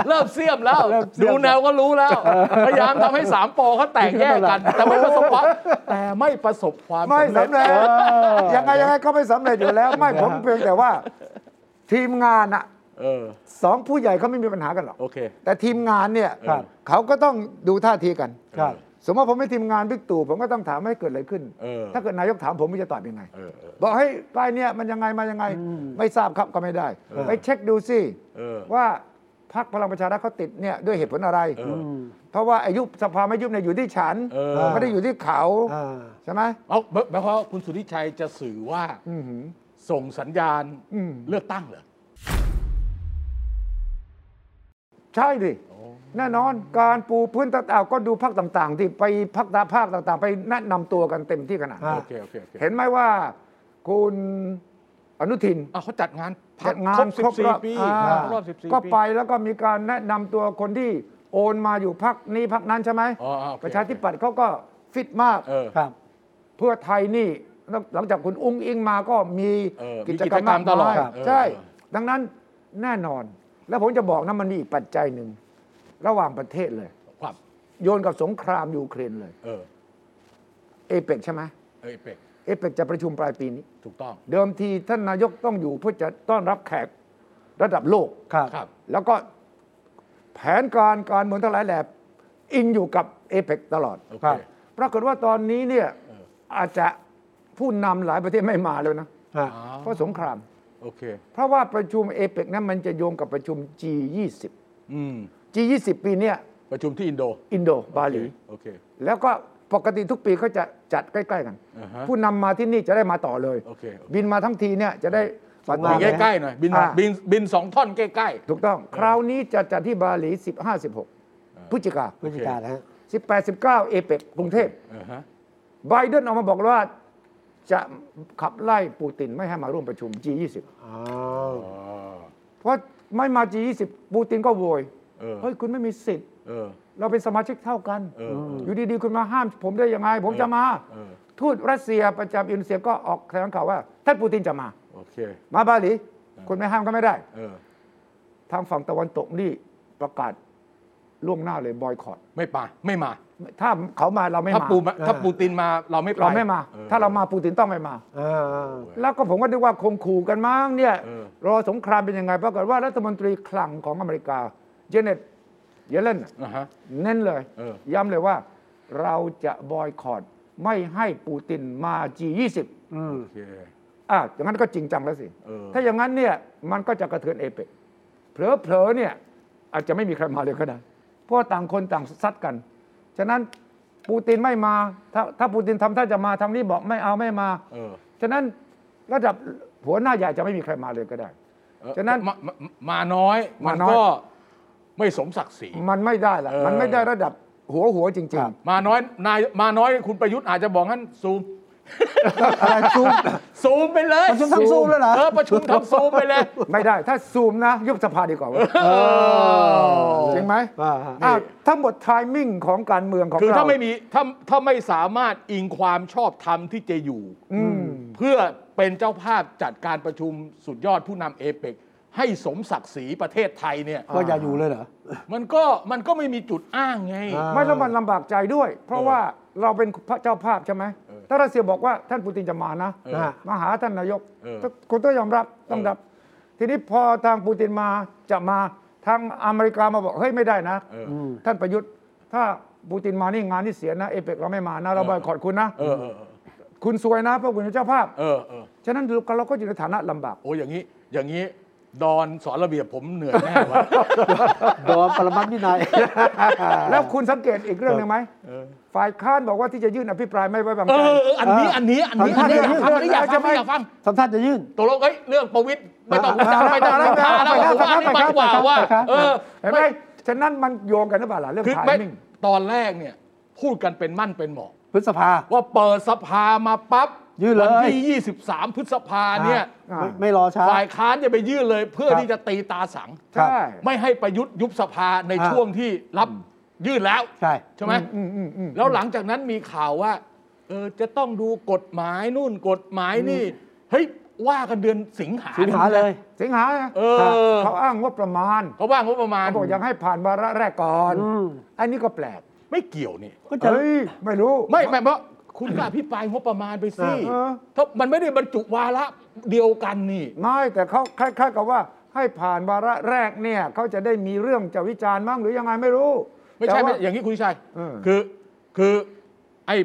Speaker 2: เริ่มเสียมแล้ว
Speaker 1: เริ่มเสียม
Speaker 2: ดูแนวก็รู้แล้ว พยายามทำให้สามปอเขาแตกแยกกัน แต่ไม่ประสบความแต่ไม่ประสบความ
Speaker 3: ไม่
Speaker 2: สำ
Speaker 3: สำ
Speaker 2: เร็จ
Speaker 3: เร็จ
Speaker 1: อ
Speaker 3: ยังไงยังไงก็ไม่สำเร็จอยู่แล้ว ไม่ผมเพียงแต่ว่า ทีมงานอะ
Speaker 2: เออ
Speaker 3: สองผู้ใหญ่เขาไม่มีปัญหากันหรอก
Speaker 2: โอเค
Speaker 3: แต่ทีมงานเนี่ย
Speaker 1: ครับ
Speaker 3: เขาก็ต้องดูท่าทีกัน
Speaker 1: ครับ
Speaker 3: สมมติผมเป็นทีมงานบิ๊กตู่ผมก็ต้องถามให้เกิดอะไรขึ้น
Speaker 2: เออ
Speaker 3: ถ้าเกิดนายกถามผมผมจะตอบยังไง
Speaker 2: เออเออ
Speaker 3: บอกให้ยป้ายเนี่ยมันยังไงมายังไง
Speaker 1: อืม
Speaker 3: ไม่ทราบครับก็ไม่ได้
Speaker 1: เออ
Speaker 3: ไปเช็คดูสิ
Speaker 2: เออ
Speaker 3: ว่าพรรคพลังประชารัฐเขาติดเนี่ยด้วยเหตุผลอะไร
Speaker 2: เออ
Speaker 1: อืม
Speaker 3: เพราะว่าอายุสภาไม่ยุบเนี่ยอยู่ที่ฉัน
Speaker 2: เออ
Speaker 3: ไม่ได้อยู่ที่เขา
Speaker 1: อ่า
Speaker 3: ใช่ไหม
Speaker 2: เอาหมายหมายความว่าคุณสุทธิชัยจะสื่อว่า
Speaker 3: อื้อหือ
Speaker 2: ส่งสัญญาณ
Speaker 3: อืม
Speaker 2: เลือกตั้งเหรอ
Speaker 3: ใช่ดิแน่นอนการปูพื้นต่างๆก็ดูภาคต่าง ๆ ที่ไปพักตาภาคต่างๆ ไปแนะนำตัวกันเต็มที่ขนาดนั้
Speaker 1: อ่า
Speaker 3: น
Speaker 2: โอเคโอเคโอเค
Speaker 3: เห็นไหมว่าคุณอนุทิน
Speaker 2: อ่ะเขาจัดงานพรร
Speaker 3: จั
Speaker 2: ค
Speaker 3: ดงาน
Speaker 2: ครบ
Speaker 3: ครบรอบ
Speaker 2: 14 ปี
Speaker 3: อ่า
Speaker 2: ครบรอบ 14
Speaker 3: ก็
Speaker 2: ปี
Speaker 3: ไปแล้วก็มีการแนะนำตัวคนที่โอนมาอยู่พักนี้พักนั้นใช่ไหม
Speaker 2: อ๋อโอเค
Speaker 3: ประชาธิปัตย์เขาก็ฟิตมาก
Speaker 2: เออ
Speaker 1: ครับ
Speaker 3: เพื่อไทยนี่หลังจากคุณอุ้งอิงมาก็มี
Speaker 2: เออมี
Speaker 3: กิจกรรมมาก
Speaker 2: กิจกรรมตลอด
Speaker 3: มาย
Speaker 2: เออ
Speaker 3: ใช่
Speaker 2: เออ
Speaker 3: ดังนั้นแน่นอน แล้วผมจะบอกนะมันมีอีกปัจจัยหนึ่ง ระหว่างประเทศเลย
Speaker 2: ครับ
Speaker 3: โยนกับสงครามยูเครนเลย
Speaker 2: เออ
Speaker 3: เอเปกใช่ไหม
Speaker 2: เอยเป็ก
Speaker 3: เอเปกจะประชุมปลายปีนี้
Speaker 2: ถูกต้อง
Speaker 3: เดิมทีท่านนายกต้องอยู่เพื่อจะต้อนรับแขกระดับโลก
Speaker 1: ครับ
Speaker 2: ครับ
Speaker 3: แล้วก็แผนการการเมืองทั้งหลายแหลอิงอยู่กับเอเปกตลอด
Speaker 2: โอเค
Speaker 3: ครับปรากฏว่าตอนนี้เนี่ยอาจจะผู้นำหลายประเทศไม่มาแล้วนะ
Speaker 1: อ่า
Speaker 2: อ๋อ
Speaker 3: เพราะสงคราม
Speaker 2: โอเค
Speaker 3: เพราะว่าประชุมเอเปกนั้นมันจะโยงกับประชุม G20
Speaker 2: อืม
Speaker 3: G20 ปีเนี้ย
Speaker 2: ประชุมที่อินโด
Speaker 3: อินโดบาหลี
Speaker 2: โอเค
Speaker 3: แล้วก็ปกติทุกปีเขาจะจัดใกล้ ๆ กัน
Speaker 2: อ่าฮะ
Speaker 3: ผู้นำมาที่นี่จะได้มาต่อเลย
Speaker 2: โอเคโอเค
Speaker 3: บินมาทั้งทีเนี่ยจะได้มาต่อ
Speaker 1: บิ
Speaker 2: บิน
Speaker 3: เลย
Speaker 2: ใกล้ๆหน่อยบิน
Speaker 3: อ่า
Speaker 2: บินบินสองท่อนใกล้
Speaker 3: ถูกต้อง คราวนี้จะจัดที่บาหลี 15-16 พฤศจิกา
Speaker 1: พฤติการนะฮะ
Speaker 3: 18-19 เอเปกกรุงเทพ
Speaker 2: ๆเออฮะ
Speaker 3: ไบเดนออกมาบอกว่าจะขับไล่ปูตินไม่ให้มาร่วมประชุม G20
Speaker 1: อ๋อ
Speaker 2: อ๋อ
Speaker 3: เพราะไม่มา G20 ปูตินก็โวย
Speaker 2: เออ
Speaker 3: เฮ้ย คุณไม่มีสิทธิ์
Speaker 2: เออ
Speaker 3: เราเป็นสมาชิกเท่ากัน
Speaker 2: เออเอออ
Speaker 3: อยู่ดี ๆ คุณมาห้าม ผมได้ยังไง ผมจะมา
Speaker 2: เออ
Speaker 3: ทูตรัสเซียประจำอินโดนีเซียก็ออกแถลงข่าวว่า ท่านปูตินจะมา
Speaker 2: โอเค
Speaker 3: มาบาหลี คนไม่ห้ามก็ไม่ได้
Speaker 2: เออ
Speaker 3: ทางฝั่งตะวันตกนี่ประกาศล่วงหน้าเลยบอยคอต
Speaker 2: ไม่มาไม่มา
Speaker 3: ถ้าเขามาเราไม่
Speaker 2: ถ้า
Speaker 3: มา
Speaker 2: ปูมา
Speaker 1: เออ
Speaker 2: ถ้าปูตินมาเราไม่ไป
Speaker 3: เราไม่มา
Speaker 2: ออ
Speaker 3: ถ้าเรามาปูตินต้องไม่มา
Speaker 1: อ่า
Speaker 3: แล้วก็ผมก็นึกว่าคงขู่กันมั้งเนี่ย
Speaker 2: เออ
Speaker 3: รอสงครามเป็นยังไงปรากฏว่ารัฐมนตรีคลังของอเมริกาเจเน็ตเยเลนน่ะ
Speaker 2: อ่ะฮะ
Speaker 3: เน้นเลย
Speaker 2: เออ
Speaker 3: ย้ำเลยว่าเราจะบอยคอตไม่ให้ปูตินมา G20
Speaker 1: อืม
Speaker 2: โอเค
Speaker 3: อ่ะอย่างนั้นก็จริงจังแล้วสิ
Speaker 2: เออ
Speaker 3: ถ้าอย่างนั้นเนี่ยมันก็จะกระเทือนเอเปกเผลอๆเนี่ยอาจจะไม่มีใครมาเลยก็ได้ เพราะว่าต่างคนต่างซัดกัน ฉะนั้นปูตินไม่มา ถ้าถ้าปูตินทำท่าจะมาทางนี้บอกไม่เอาไม่มา
Speaker 2: เออ
Speaker 3: ฉะนั้นระดับหัวหน้าใหญ่จะไม่มีใครมาเลยก็ได้
Speaker 2: เอ่อ
Speaker 3: ฉะนั้น
Speaker 2: มามามาน้อยมัน
Speaker 3: มาน้อย
Speaker 2: ก็ไม่สมศักดิ์ศรี
Speaker 3: มันไม่ได้ละ
Speaker 2: เออ
Speaker 3: มันไม่ได้ระดับหัวหัวจริง
Speaker 1: ครับ
Speaker 2: มาน้อยนายมาน้อยคุณประยุทธ์อาจจะบอกงั้นซูม
Speaker 1: อะไรซูม
Speaker 2: ซูมไปเลย
Speaker 1: ประชุมทำซูมเลยเหรอ
Speaker 2: เออประชุมทำซูมไปเลย
Speaker 3: ๆ ไม่ได้ ถ้าซูมนะยุบสภาดีกว่าเว้ยจริงไหม
Speaker 1: อ่าฮะ
Speaker 3: อ่ะทั้งหมดไทมิ่งของการเมืองของ
Speaker 2: คือ
Speaker 3: เรา
Speaker 2: ถ้าไม่มีถ้าถ้าไม่สามารถอิงความชอบธรรมที่จะอยู่
Speaker 3: อืม
Speaker 2: เพื่อเป็นเจ้าภาพจัดการประชุมสุดยอดผู้นำเอเปกให้สมศักดิ์ศรีประเทศไทยเนี่ย
Speaker 1: ก็อย่าอยู่เลยเหรอ
Speaker 2: มันก็มันก็ไม่มีจุดอ้างไง
Speaker 1: อ่า
Speaker 3: ไม่แล้วมันลำบากใจด้วย เพราะ
Speaker 2: เออ
Speaker 3: ว่าเราเป็นพระเจ้าภาพใช่ไหม
Speaker 2: เออ
Speaker 3: ถ้ารัสเซียบอกว่าท่านปูตินจะมานะ
Speaker 2: เออ
Speaker 1: นะฮะ
Speaker 3: มาหาท่านนายก
Speaker 2: เออ
Speaker 3: คุณต้องยอมรับต้อง
Speaker 2: เออ
Speaker 3: รับ ทีนี้พอทางปูตินมาจะมาทางอเมริกามาบอกเฮ้ยไม่ได้นะ
Speaker 2: เออ
Speaker 1: ม
Speaker 3: ท่านประยุทธ์ ถ้าปูตินมานี่งานนี่เสียนะเอเปกเราไม่มานะเรา
Speaker 2: เออ
Speaker 3: บอยคอตคุณนะ
Speaker 2: เออเออ
Speaker 3: คุณซวยนะเพราะคุณเป็นเจ้าภาพ
Speaker 2: เออเออ
Speaker 3: ฉะนั้นเราก็อยู่ในฐานะลำบาก
Speaker 2: โอ้ยอย่างนี้ อย่างนี้ ดอนสอนระเบียบผมเหนื่อยแน่ *laughs* วะ
Speaker 1: โดนปรมัตถ์วินัย
Speaker 3: แล้วคุณสังเกตอีกเรื่องหนึ่งไหม
Speaker 2: เออ
Speaker 3: ฝ่ายค้านบอกว่าที่จะยื่นอภิปรายไม่ไว้วาง
Speaker 2: เออ
Speaker 3: ใจ
Speaker 2: เอออันนี้ อันนี้ อันนี้ อันนี้อยากฟังอันนี้อยากฟังอันนี้อยากฟัง
Speaker 1: ทำท่าจะยื่น
Speaker 2: ตกลงเอ้ยเรื่องประวิตยไม่ต้องไม่ต้องไม่ต้อง
Speaker 3: ไม่
Speaker 2: ไม่
Speaker 3: ต้
Speaker 2: ต้องง
Speaker 3: อไม่
Speaker 2: ไม่ต้องง
Speaker 3: ต้อไม่ต้อง
Speaker 2: ไม่
Speaker 3: ไม่
Speaker 2: ต้
Speaker 3: ต้อง
Speaker 2: องว่าว่า
Speaker 3: ไม่ต้อง
Speaker 2: เออ
Speaker 3: เห็นไหมฉะนั้นมันโยงกันหรือเปล่าล่ะเรื่อง
Speaker 2: คือ
Speaker 3: ไท
Speaker 2: ไม่
Speaker 3: ยนิ่ง
Speaker 2: ตอนแรกเนี่ยพูดกันเป็นมั่นเป็นเหมาะ
Speaker 1: พฤษภา
Speaker 2: ว่าเปิดสภามาปั๊บ
Speaker 1: ยื่นเลย
Speaker 2: วัที่ 23 พฤษภาเนี่ย
Speaker 3: อ่า
Speaker 1: ไม่ไม่รอช้า
Speaker 2: ฝ่ายค้านจะไปยื่นเลยเพื่อ
Speaker 1: ครับ
Speaker 2: ที่จะตีตาสัง
Speaker 1: ครั
Speaker 3: ใช่
Speaker 1: บ
Speaker 2: ไม่ให้ประยุทธ์ยุบสภาใน
Speaker 1: อ่า
Speaker 2: ช่วงที่รับยื่นแล้ว
Speaker 1: ใช่
Speaker 2: ใช่ไหม
Speaker 3: อืมอืมอืม
Speaker 2: แล้วหลังจากนั้นมีข่าวว่าเออจะต้องดูกฎหมายนู่นกฎหมายนี่เฮ้ยว่ากันเดือนสิงหา
Speaker 1: สิงหาเลย
Speaker 3: สิงหาไง
Speaker 2: เออ
Speaker 3: เขาอ้างว่าประมาณ
Speaker 2: เขาว่างบประมาณ
Speaker 3: เขาบอกยังให้ผ่านวาระแรกก่อน
Speaker 1: อืม
Speaker 3: อันนี้ก็แปลก
Speaker 2: ไม่เกี่ยวนี่
Speaker 1: ก็จะ
Speaker 3: เฮ้ยไม่รู้
Speaker 2: ไม่ไม่เพราะคุณก็อภิปรายงบประมาณไปสิ
Speaker 3: เออ
Speaker 2: ถ้ามันไม่ได้บรรจุวาระเดียวกันนี่
Speaker 3: ไม่แต่เขาคล้ายๆกับว่าให้ผ่านวาระแรกเนี่ยเขาจะได้มีเรื่องจะวิจารณ์มั้งหรือยังไงไม่รู้
Speaker 2: ไม่ใช่
Speaker 3: แต่
Speaker 2: ไม่
Speaker 3: ว่า
Speaker 2: อย่างนี้คุณชัย
Speaker 3: เออ
Speaker 2: คือคือไอ้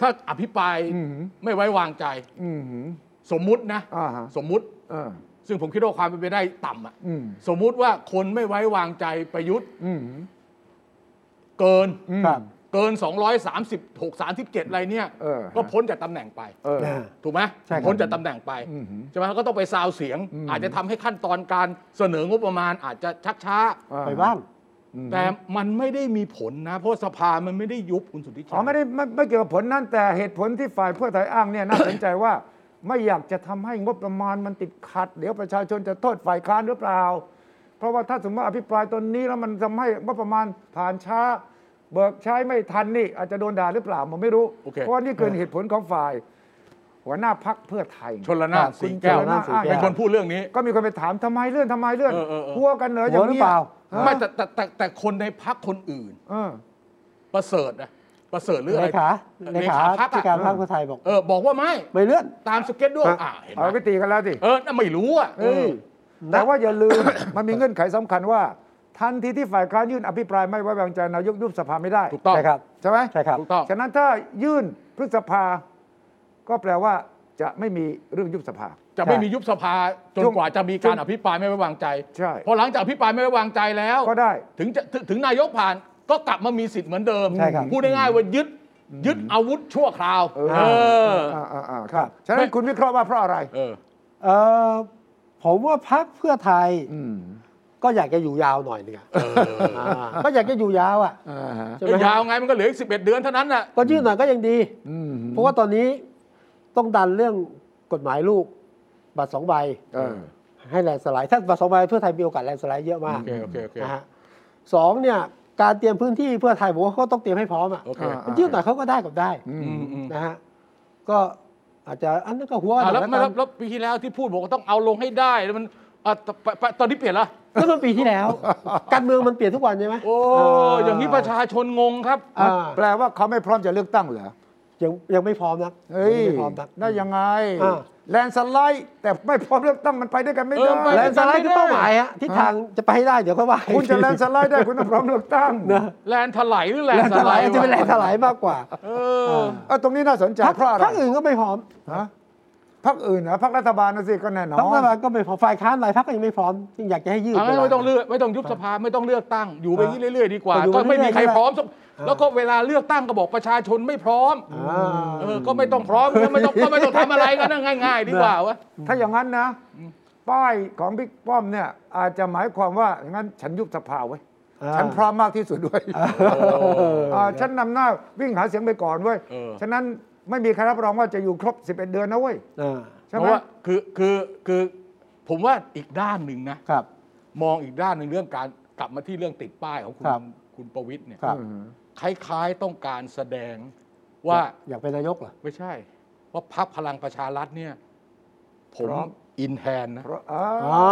Speaker 2: ถ้าอภิปราย
Speaker 3: อือหือ
Speaker 2: ไม่ไว้วางใจ
Speaker 3: อืมหือ
Speaker 2: สมมุตินะ
Speaker 3: อ่าฮะ
Speaker 2: สมมุติ
Speaker 3: เออ
Speaker 2: ซึ่งผมคิดว่าความเป็นไปได้ต่ำอะ
Speaker 3: อืม
Speaker 2: สมมุติว่าคนไม่ไว้วางใจประยุทธ์
Speaker 3: อืมหือ
Speaker 2: เกิน
Speaker 3: อืม
Speaker 1: ครับ
Speaker 2: เกิน 236 37อะไรเนี่ย
Speaker 3: เออ
Speaker 2: ก็พ้นจากตำแหน่งไป
Speaker 3: เออ
Speaker 1: อ่า
Speaker 2: ถูกไหม
Speaker 1: ใช่ครับ
Speaker 2: พ้นจากตำแหน่งไป
Speaker 3: อือหือ
Speaker 2: ใช่ไหมก็ต้องไปซาวเสียง
Speaker 3: อืม
Speaker 2: อาจจะทำให้ขั้นตอนการเสนองบประมาณอาจจะชักช้า
Speaker 1: ไปบ้าง
Speaker 3: อืม
Speaker 2: แต่มันไม่ได้มีผลนะ เพราะสภามันไม่ได้ยุบคุณสุทธิชัย
Speaker 3: อ๋อไม่ได้ไม่ไม่เกี่ยวกับผลนั้นแต่เหตุผลที่ฝ่ายเพื่อไทยอ้างเนี่ยน่าสนใจว่า ไม่อยากจะทำให้งบประมาณมันติดขัด เดี๋ยวประชาชนจะโทษฝ่ายค้านหรือเปล่า เพราะว่าถ้าสมมติว่าอภิปรายตนนี้แล้วมันทำให้งบประมาณผ่านช้า เบิกใช้ไม่ทันนี่อาจจะโดนด่าหรือเปล่าผมไม่รู้
Speaker 2: โอเค
Speaker 3: เพราะว่านี่คือเหตุผลของฝ่าย หัวหน้าพักเพื่อไทย
Speaker 2: ชนละนา
Speaker 1: ครั
Speaker 2: ถ
Speaker 1: บ
Speaker 2: สีแก้ว
Speaker 1: คุณชลนาน
Speaker 2: นะ
Speaker 1: ถสีแก้ว
Speaker 2: เป็นคนพูดเรื่องนี้
Speaker 3: ก็มีคนไปถามทำไมเลื่อนทำไมเลื่อน
Speaker 2: เออเออเออ
Speaker 3: กลัวกันเหรออ
Speaker 1: หั
Speaker 3: ย่าว ง
Speaker 1: หรือ
Speaker 3: นี้
Speaker 1: เปล่า
Speaker 2: ไม่แต่แต่แต่แต่คนในพักคนอื่น
Speaker 3: เออ
Speaker 2: ประเสริฐนะประเสริฐหรืออะ
Speaker 1: เล
Speaker 2: ไร
Speaker 1: ขาเล
Speaker 2: เล
Speaker 1: ขา
Speaker 2: ขาพรรคอะ
Speaker 1: ที่การพรรคเพื่อไทยบอก
Speaker 2: เออบอกว่าไม่
Speaker 1: ไม่เลื่อน
Speaker 2: ตามสเก็ตด้วย
Speaker 3: ฮะ
Speaker 2: อ่าเห็นไห
Speaker 3: เอา
Speaker 2: ม
Speaker 3: ไปตีกันแล้วสิ
Speaker 2: เออน่ะไม่รู้อ่ะ
Speaker 3: เอ้ย
Speaker 1: นะ
Speaker 3: แต่ว่าอย่าลื
Speaker 2: *coughs*
Speaker 3: ม มันมีเงื่อนไขสำคัญว่า ทันทีที่ฝ่ายค้านยื่นอภิปรายไม่ไว้วางใจนายกยุบสภาไม่ได้
Speaker 2: ถูกต้อง
Speaker 1: ใช่ครับ
Speaker 3: ใช่ไหม
Speaker 1: ใช่ครับ
Speaker 2: ถูกต้อง
Speaker 3: ฉะนั้นถ้ายื่นพฤษภา ก็แปลว่าจะไม่มีเรื่องยุบสภา
Speaker 2: จะไม่มียุบสภาจน
Speaker 3: ช่วง
Speaker 2: กว่าจะมีการ
Speaker 3: ช่วง
Speaker 2: อภิปรายไม่ไว้วางใจ
Speaker 3: ใช่
Speaker 2: พอหลังจากอภิปรายไม่ไว้วางใจแล้ว
Speaker 3: ก็ได้
Speaker 2: ถึงจะถึงถึงนายกผ่านก็กลับมามีสิทธิ์เหมือนเดิม
Speaker 1: ใช่ครับ
Speaker 2: พูดง่ายๆว่ายึดยึดอาวุธชั่วคราว
Speaker 3: เออ
Speaker 2: เออ
Speaker 3: อ่าอ่าอ่าครับ ฉะนั้นคุณวิเคราะห์ว่าเพราะอะไร
Speaker 2: เออ
Speaker 1: เออผมว่าพรรคเพื่อไทย
Speaker 3: อืม
Speaker 1: ก็อยากจะอยู่ยาวหน่อยหนึงอะ
Speaker 2: อ
Speaker 1: าก็อยากจะอยู่ยาวอ่ะ
Speaker 3: อ่าฮะ
Speaker 1: ใช่ไห
Speaker 2: ก็
Speaker 1: ม
Speaker 2: ยาวไงมันก็เหลืออีก 11 เดือนเท่านั้นน่ะ
Speaker 1: ก็ยื่นหน่อยก็ยังดี
Speaker 3: อืม
Speaker 1: เพราะว่าตอนนี้ต้องดันเรื่องกฎหมายลูก บัตรสองใบ
Speaker 3: เออ
Speaker 1: ให้แลนด์สไลด์ถ้าบัตรสองใบเพื่อไทยมีโอกาสแลนด์สไลด์เยอะมาก
Speaker 2: โอเคโอเคโอเค
Speaker 1: นะฮะสองเนี่ยการเตรียมพื้นที่เพื่อไทยผมว่าเขาต้องเตรียมให้พร้อมอ่ะ
Speaker 2: โอเค
Speaker 3: อ่า
Speaker 1: มันยื่นหน่อยเขาก็ได้กับได้
Speaker 3: อื
Speaker 2: อื
Speaker 3: ม
Speaker 2: มอืม
Speaker 1: นะฮะก็อาจจะอันนั้นก็หัว
Speaker 2: อ่ะ
Speaker 1: หน่
Speaker 2: แล้ว
Speaker 1: อยแล้วกั
Speaker 2: ไม่แล้ว
Speaker 1: น
Speaker 2: แล้วปีที่แล้วที่พูดบอกว่าต้องเอาลงให้ได้แล้วมันอ่ะแต่ไปไปตอนนี้เปลี่ยนละ
Speaker 1: ก็เมื่อปีที่แล้ว การเมืองมันเปลี่ยนทุกวันใช่ไหม
Speaker 2: โอ้อย่างนี้ประชาชนงงครับ
Speaker 1: อ่า
Speaker 3: แปลว่าเขาไม่พร้อมจะเลือกตั้งเหรอ
Speaker 1: ยังยังไม่พร้อมนะ
Speaker 3: เฮ้ย
Speaker 1: ยังไม่พร้อมนะ
Speaker 3: ได้ยังไง
Speaker 1: อ่า
Speaker 3: แลนด์สไลด์แต่ไม่พร้อมเลือกตั้งมันไปด้วยกันไม่
Speaker 2: เอ
Speaker 3: ได้
Speaker 2: อไป
Speaker 1: แลนด์สไลด์คือเป้าหมายอะทิศทางจะไปให้ได้เดี๋ยวค่อยว่า
Speaker 3: คุณจะแลนด์สไลด์ได้คุณต้องพร้อมเลือกตั้ง
Speaker 1: นะ
Speaker 2: แลนด์ถลายหรือแลน
Speaker 1: แลน
Speaker 2: ด์
Speaker 1: ด์
Speaker 2: ส
Speaker 1: สไล
Speaker 2: ไล
Speaker 1: ด์
Speaker 2: ด์
Speaker 1: อาจจะเป็นแลนด์สไลด์มากกว่า
Speaker 2: เออ
Speaker 3: เออตรงนี้น่าสนใจ
Speaker 1: พรรค
Speaker 3: เพราะอะไร
Speaker 1: พรรคอื่นก็ไม่พร้อม
Speaker 3: ฮะพรรคอื่นนะพรรครัฐบาลนะสิก็แน่นอน
Speaker 1: พรรครัฐบาลก็ไม่พร้อมฝ่ายค้านหลายพรรคก็ยังไม่พร้อมยังอยากจะให้ยืด
Speaker 2: เอางั้น
Speaker 1: วลา
Speaker 2: ไม่ต้องเลือกไม่ต้องยุบสภาไม่ต้องเลือกตั้งอยู่ไป
Speaker 1: อ่า
Speaker 2: เรื่อยๆดีกว่า
Speaker 1: อยู่ไป
Speaker 2: ก็ไม่มี
Speaker 1: เรื่อยๆ
Speaker 2: ใคร
Speaker 1: ใช่ไหม
Speaker 2: พร้อมสักแล้วก็เวลาเลือกตั้งก็บอกประชาชนไม่พร้อม
Speaker 1: อ่า
Speaker 2: เออก็ไม่ต้องพร้อมก็ไม่ต้องก็ไม่ต้องทำอะไรกันนะง่าย ๆ ดีกว่าวะ
Speaker 3: ถ้าอย่างนั้นนะ ป้ายของบิ๊กป้อมเนี่ย อาจจะหมายความว่างั้นฉันยุบสภาไว้ย
Speaker 1: อ่า
Speaker 3: ฉันพร้อมมากที่สุดด้วย
Speaker 1: เออ
Speaker 3: าฉันนำหน้าวิ่งหาเสียงไปก่อนเว้ย
Speaker 2: เออ
Speaker 3: ฉะนั้นไม่มีใครรับรองว่าจะอยู่ครบ 11 เดือนนะเว้ย
Speaker 1: อ่า
Speaker 3: ใช่
Speaker 2: เพ
Speaker 3: ไหม
Speaker 2: ราะว่าคือคือคือผมว่าอีกด้านหนึ่งนะ
Speaker 1: ครับ
Speaker 2: มองอีกด้านหนึ่งเรื่องการกลับมาที่เรื่องติดป้ายของคุณ
Speaker 1: ครับ
Speaker 2: คุณประวิทย์เนี่ย
Speaker 1: ครับ
Speaker 3: อืม
Speaker 2: คล้ายๆต้องการแสดงว่า
Speaker 1: อยากเป็นนายกเหรอ
Speaker 2: ไม่ใช่ ว่าพักพลังประชารัฐเนี่ย ผม
Speaker 3: พร้อม
Speaker 2: อินแฮนนะ
Speaker 3: เพราะอ่า
Speaker 1: อ๋อ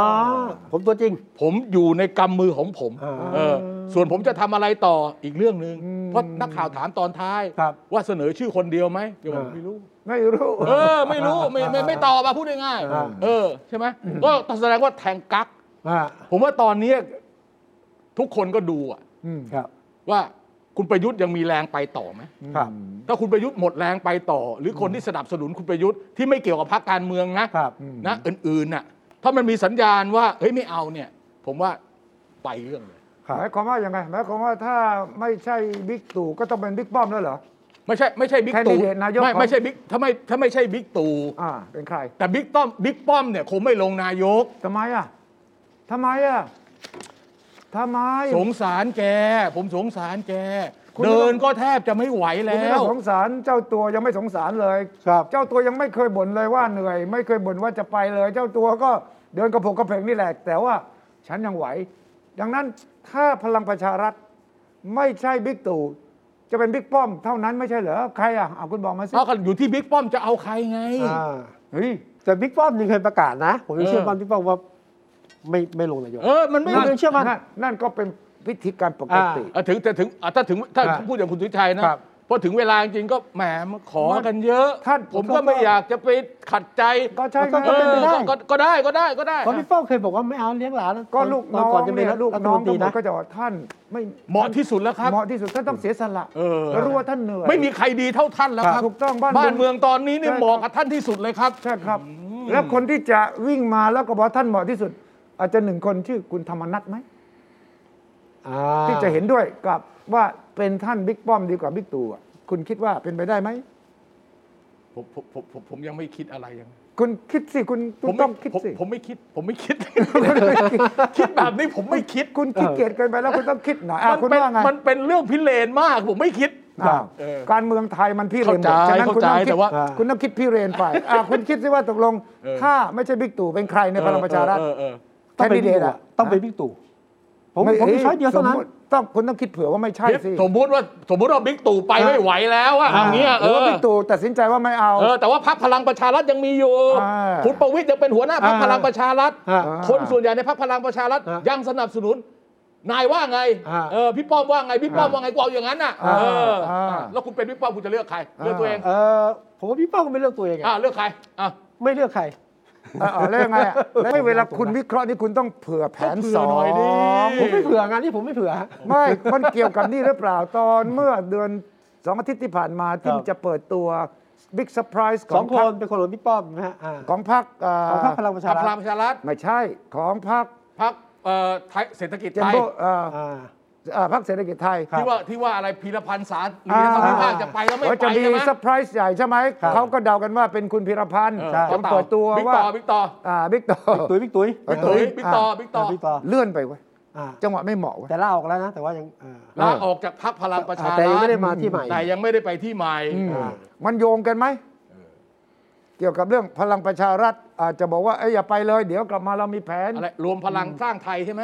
Speaker 1: ผมตัวจริง
Speaker 2: ผมอยู่ในกำมือของผม
Speaker 1: อ่า
Speaker 2: เออส่วนผมจะทำอะไรต่ออีกเรื่องหนึ่งเพราะนักข่าวถามตอนท้าย
Speaker 1: ครับ
Speaker 2: ว่าเสนอชื่อคนเดียวไหมเดี๋ยวผม
Speaker 1: อ่า
Speaker 2: ไม่รู้
Speaker 3: ไม่รู้
Speaker 2: เออ ไม่รู้ไม่ไม่ไม่ตอบอะพูดง่ายๆ
Speaker 1: อ่า
Speaker 2: เออ ใช่ไหมก็แสดงว่าแทงกัก
Speaker 1: อ่า
Speaker 2: ผมว่าตอนนี้ทุกคนก็ดูอะ
Speaker 1: ครับ
Speaker 2: ว่าคุณประยุทธ์ยังมีแรงไปต่อไหม
Speaker 1: ครับ
Speaker 2: ถ้าคุณประยุทธ์หมดแรงไปต่อ หรือคนที่สนับสนุนคุณประยุทธ์ที่ไม่เกี่ยวกับพรรคการเมืองนะครับ นะอื่นๆน่ะถ้ามันมีสัญญาณว่าเฮ้ยไม่เอาเนี่ย ผมว่าไปเรื่องเลย
Speaker 1: ครับ
Speaker 3: หมายความว่ายังไงหมายความว่าถ้าไม่ใช่บิ๊กตู่ก็ต้องเป็นบิ๊กป้อมแล้วเหรอ
Speaker 2: ไม่ใช่ไม่ใช่บิ๊กตู่
Speaker 3: Candidate นายก
Speaker 2: ไม่
Speaker 3: ของ
Speaker 2: ไม่ใช่บิ๊กถ้าไม่ถ้าไม่ใช่บิ๊กตู่
Speaker 3: อ่าเป็นใคร
Speaker 2: แต่บิ๊กต้อมบิ๊กป้อมเนี่ยคงไม่ลงนายก
Speaker 3: ทำไมอ่ะทำไมอ่ะทำไม
Speaker 2: สงสารแก ผมสงสารแก
Speaker 3: คุณไม่ต้อง
Speaker 2: เดินก็แทบจะไม่ไหว
Speaker 3: คุณ
Speaker 2: แล้
Speaker 3: ไม่ต้
Speaker 2: ว
Speaker 3: องสงสารเจ้าตัวยังไม่สงสารเลย
Speaker 1: ครับ
Speaker 3: เจ้าตัวยังไม่เคยบ่นเลยว่าเหนื่อย ไม่เคยบ่นว่าจะไปเลย เจ้าตัวก็เดินกระโผกกระเพงนี่แหละ แต่ว่าฉันยังไหว ดังนั้นถ้าพลังประชารัฐไม่ใช่บิ๊กตู่จะเป็นบิ๊กป้อมเท่านั้นไม่ใช่เหรอใครอ่ะเอาคุณบอกมาสิ
Speaker 2: เอากันอยู่ที่บิ๊กป้อมจะเอาใครไง
Speaker 1: อ่า
Speaker 3: เฮ้ย
Speaker 1: แต่บิ๊กป้อมยังเคยประกาศนะ ผมยังเชื่อ
Speaker 2: เออ
Speaker 1: มั่นบิ๊กป้อมว่าไม่ไม่ลงนายก
Speaker 2: เออมันไม่
Speaker 1: นั่น
Speaker 2: ถึง
Speaker 1: เชื่อมั่
Speaker 3: นั่นก็เป็นวิธีการปกติ
Speaker 2: อ่ะถึงแต่ถึงอ่ะถ้าถึงถ้า
Speaker 1: ครับ
Speaker 2: พูดอย่างคุณสุชัยนะครับ พอถึงเวลาจริงๆก็แหมขอกันเยอะ
Speaker 3: ท่าน
Speaker 2: ผม
Speaker 3: ผมก็
Speaker 2: ก็ไม่อยากจะไปขัดใจ
Speaker 3: ก็ใช่
Speaker 1: ก็
Speaker 3: ไง
Speaker 1: เป็นไปได้
Speaker 2: เออก็ก็ได้ก็ได้ก็ได้
Speaker 1: เพราะบิ๊กป้อมเคยบอกว่าไม่เอาเลี้ยงหลาน
Speaker 3: ก็ลูกน้อง
Speaker 1: ตก่อนจะเป็
Speaker 3: เนี่
Speaker 1: น
Speaker 3: ย
Speaker 1: รัฐ
Speaker 3: ลูก
Speaker 1: รัฐม
Speaker 3: น้อง
Speaker 1: นต
Speaker 3: ทั้
Speaker 1: รี
Speaker 3: งหมด
Speaker 1: นะ
Speaker 3: ก็จะบอกท่านไม่
Speaker 2: เหมาะที่สุดแล้วครับ
Speaker 3: เหมาะที่สุดท่านต้องเสียสละ
Speaker 2: เออ
Speaker 3: แล้วรู้ว่าท่านเหนื่อย
Speaker 2: ไม่มีใครดีเท่าท่านแล้วครับ
Speaker 3: ถูกต้องบ้าน
Speaker 2: บ้านเมืองตอนนี้เนี่ย
Speaker 3: ใช่ครับ
Speaker 2: เหมาะกับท่านที่สุดเลยครับ
Speaker 3: ใช่ครับ แล้วคนที่จะวิ่งมาแล้วก็บอกว่าท่านเหมาะที่สุด อาจจะหนึ่งคนชื่อคุณธรรมนัทไหมที่จะเห็นด้วยกับว่าเป็นท่านบิ๊กป้อมดีกว่าบิ๊กตู่อะคุณคิดว่าเป็นไปได้ไหม
Speaker 2: ผมผมผมผมผมยังไม่คิดอะไรยัง
Speaker 3: คุณคิดสิคุณคุณ
Speaker 2: ผม
Speaker 3: ต้
Speaker 2: ไม่
Speaker 3: องคิด
Speaker 2: ผม
Speaker 3: สิ
Speaker 2: ผมไม่คิด ผมไม่คิด *laughs* คิดแบบนี้ผมไม่คิด
Speaker 3: *laughs* คุณขี้เกียจเกินไปแล้วคุณต้องคิดหน่อยอ่ะ
Speaker 2: มัน
Speaker 3: คุณ
Speaker 2: เป็น
Speaker 3: ว่าไง
Speaker 2: มันเป็นเรื่องพิเรนมาก ผมไม่คิด
Speaker 3: อ้าว
Speaker 2: เออ
Speaker 3: การเมืองไทยมันพี่เรนหมด
Speaker 2: เข้าใจ
Speaker 3: ฉะนั้นคุณต้อง
Speaker 2: เข้าใจ
Speaker 3: คิ
Speaker 2: แต่
Speaker 3: ด
Speaker 2: ว่า
Speaker 3: คุณต้องคิดพี่เรนไปอ่ะคุณคิดสิว่าตกลง
Speaker 2: เออ
Speaker 3: ถ้าไม่ใช่บิ๊กตู่เป็นใครในพลังประชารัฐ
Speaker 2: เออเออเออ
Speaker 1: ต้องเป็น
Speaker 3: แคนดิ
Speaker 1: บิ๊
Speaker 3: เด
Speaker 1: ก
Speaker 3: ต
Speaker 1: ตู่
Speaker 3: อะ
Speaker 1: อะต้องเป็นบิ๊กตู่ผมผมมีช้อยเดียวเท่านั้น
Speaker 3: สมมุติต้องคุณต้องคิดเผื่อว่าไม่ใช่
Speaker 2: เดี๋ยว
Speaker 3: สิ
Speaker 2: สมมติว่าสมมติว่าบิ๊กตู่ไปไม่ไหวแล้วอะอย่างเงี้ย
Speaker 3: ห
Speaker 2: เอ
Speaker 3: รือ
Speaker 2: อ
Speaker 3: ว่าพี่ตู่ตัดสินใจว่าไม่เอา
Speaker 2: เออ แต่ว่าพรรคพลังประชารัฐยังมีอยู่
Speaker 3: อ่า
Speaker 2: คุณประวิตยยังเป็นหัวหน้าพรรค
Speaker 1: อ่า
Speaker 2: พลังประชารัฐ
Speaker 1: อ่า
Speaker 2: คนส่วนใหญ่ในพรรคพลังประชารัฐ
Speaker 1: ฮะ
Speaker 2: ยังสนับสนุน นายว่าไง
Speaker 1: อ่า
Speaker 2: เออพี่ป้อมว่าไงพี่ป้อมว่าไงกูเอาอย่างนั้นน่ะ
Speaker 3: อ่า
Speaker 2: เอออา แล้วคุณเป็นพี่ป้อมคุณจะเลือกใครเลือกตัวเอง
Speaker 1: เออผมว่าพี่ป้อมก็ไม่เลือกตัวเองไง
Speaker 2: อ่าเลือกใครอ่ะ
Speaker 1: ไม่เลือกใคร
Speaker 3: เออเออแล้วยังไงอะแล้วไม่เวลาคุณวิเคราะห์นี่คุณต้องเผื่อแผน
Speaker 2: ก็เผื่
Speaker 3: ส
Speaker 2: อ
Speaker 3: อ
Speaker 2: หน่
Speaker 3: ง
Speaker 2: อยดิ
Speaker 1: ผมไม่เผื่องานนี้ผมไม่เผื่อ
Speaker 3: ไม่มันเกี่ยวกับนี่หรือเปล่าตอนเมื่อเดือนสองอาทิตย์ที่ผ่านมาที่
Speaker 1: ครับ
Speaker 3: จะเปิดตัวบิ๊กเซอร์ไพรส์ข
Speaker 1: ส
Speaker 3: อ
Speaker 1: อง ง
Speaker 3: พ
Speaker 1: ค
Speaker 3: รรคน
Speaker 1: เป็นคนของพี่ป้อมนะฮะอ่า
Speaker 3: ของพรรคเอ่อ
Speaker 1: ของพรรคพลังประชา
Speaker 2: พลั
Speaker 1: รั
Speaker 2: ง
Speaker 1: ฐ
Speaker 2: ประชารัฐ
Speaker 3: ไม่ใช่ของพรรค
Speaker 2: พรรคเอ่อไทยเศรษฐกิจ
Speaker 3: เจ
Speaker 2: ไท
Speaker 3: น
Speaker 2: ย
Speaker 3: โบเอ่อ
Speaker 1: อ่า
Speaker 3: เอ่อพรรคเศรษฐกิจไทย
Speaker 2: ที่ว่าที่ว่าอะไรพีรพันธ์สารลี
Speaker 3: อ่า
Speaker 2: สมิภาคจะไปแล้วไม่
Speaker 3: ว่า
Speaker 2: ไป
Speaker 3: จะมี
Speaker 2: ใช่ไหม
Speaker 3: เซอร์ไพรส์ใหญ่ใช่ไหม
Speaker 1: ครับ
Speaker 3: เขาก็เดากันว่าเป็นคุณพิรพันธ์
Speaker 2: เออ
Speaker 1: ใช่
Speaker 3: จะเปิดตัว
Speaker 2: บิ๊ก
Speaker 3: ว่า
Speaker 2: ต่อบิ๊กต่อ
Speaker 3: อ่าบิ๊กต่อ
Speaker 1: ตุ้ยพี่ตุ้ย
Speaker 3: บิ๊
Speaker 2: บิ๊ก
Speaker 3: ก
Speaker 2: ต่อ
Speaker 3: บิ๊
Speaker 2: บิ๊ก
Speaker 3: กต่
Speaker 2: ต่อ
Speaker 3: อ
Speaker 2: บิ๊กต่อ
Speaker 1: พี่ต่อ
Speaker 3: เลื่อนไปเว้ย
Speaker 1: อ่า
Speaker 3: จังหวะไม่เหมาะเว้ย
Speaker 1: แต่ล่าออกแล้วนะ แต่ว่ายังอ่า
Speaker 2: ลาออกจากพรรคพลังประชา
Speaker 1: แต่
Speaker 2: รั
Speaker 1: ยัง
Speaker 2: ฐ
Speaker 1: ไม่ได้มาที่ใหม่
Speaker 2: แต่ยังไม่ได้ไปที่ใหม่
Speaker 1: อ่า
Speaker 3: มันโยงกันไหม เกี่ยวกับเรื่องพลังประชารัฐ อาจจะบอกว่าเอ้ยอย่าไปเลย เดี๋ยวกลับมาเรามีแผน
Speaker 2: อะไรรวมพลังสร้างไทยใช่ไหม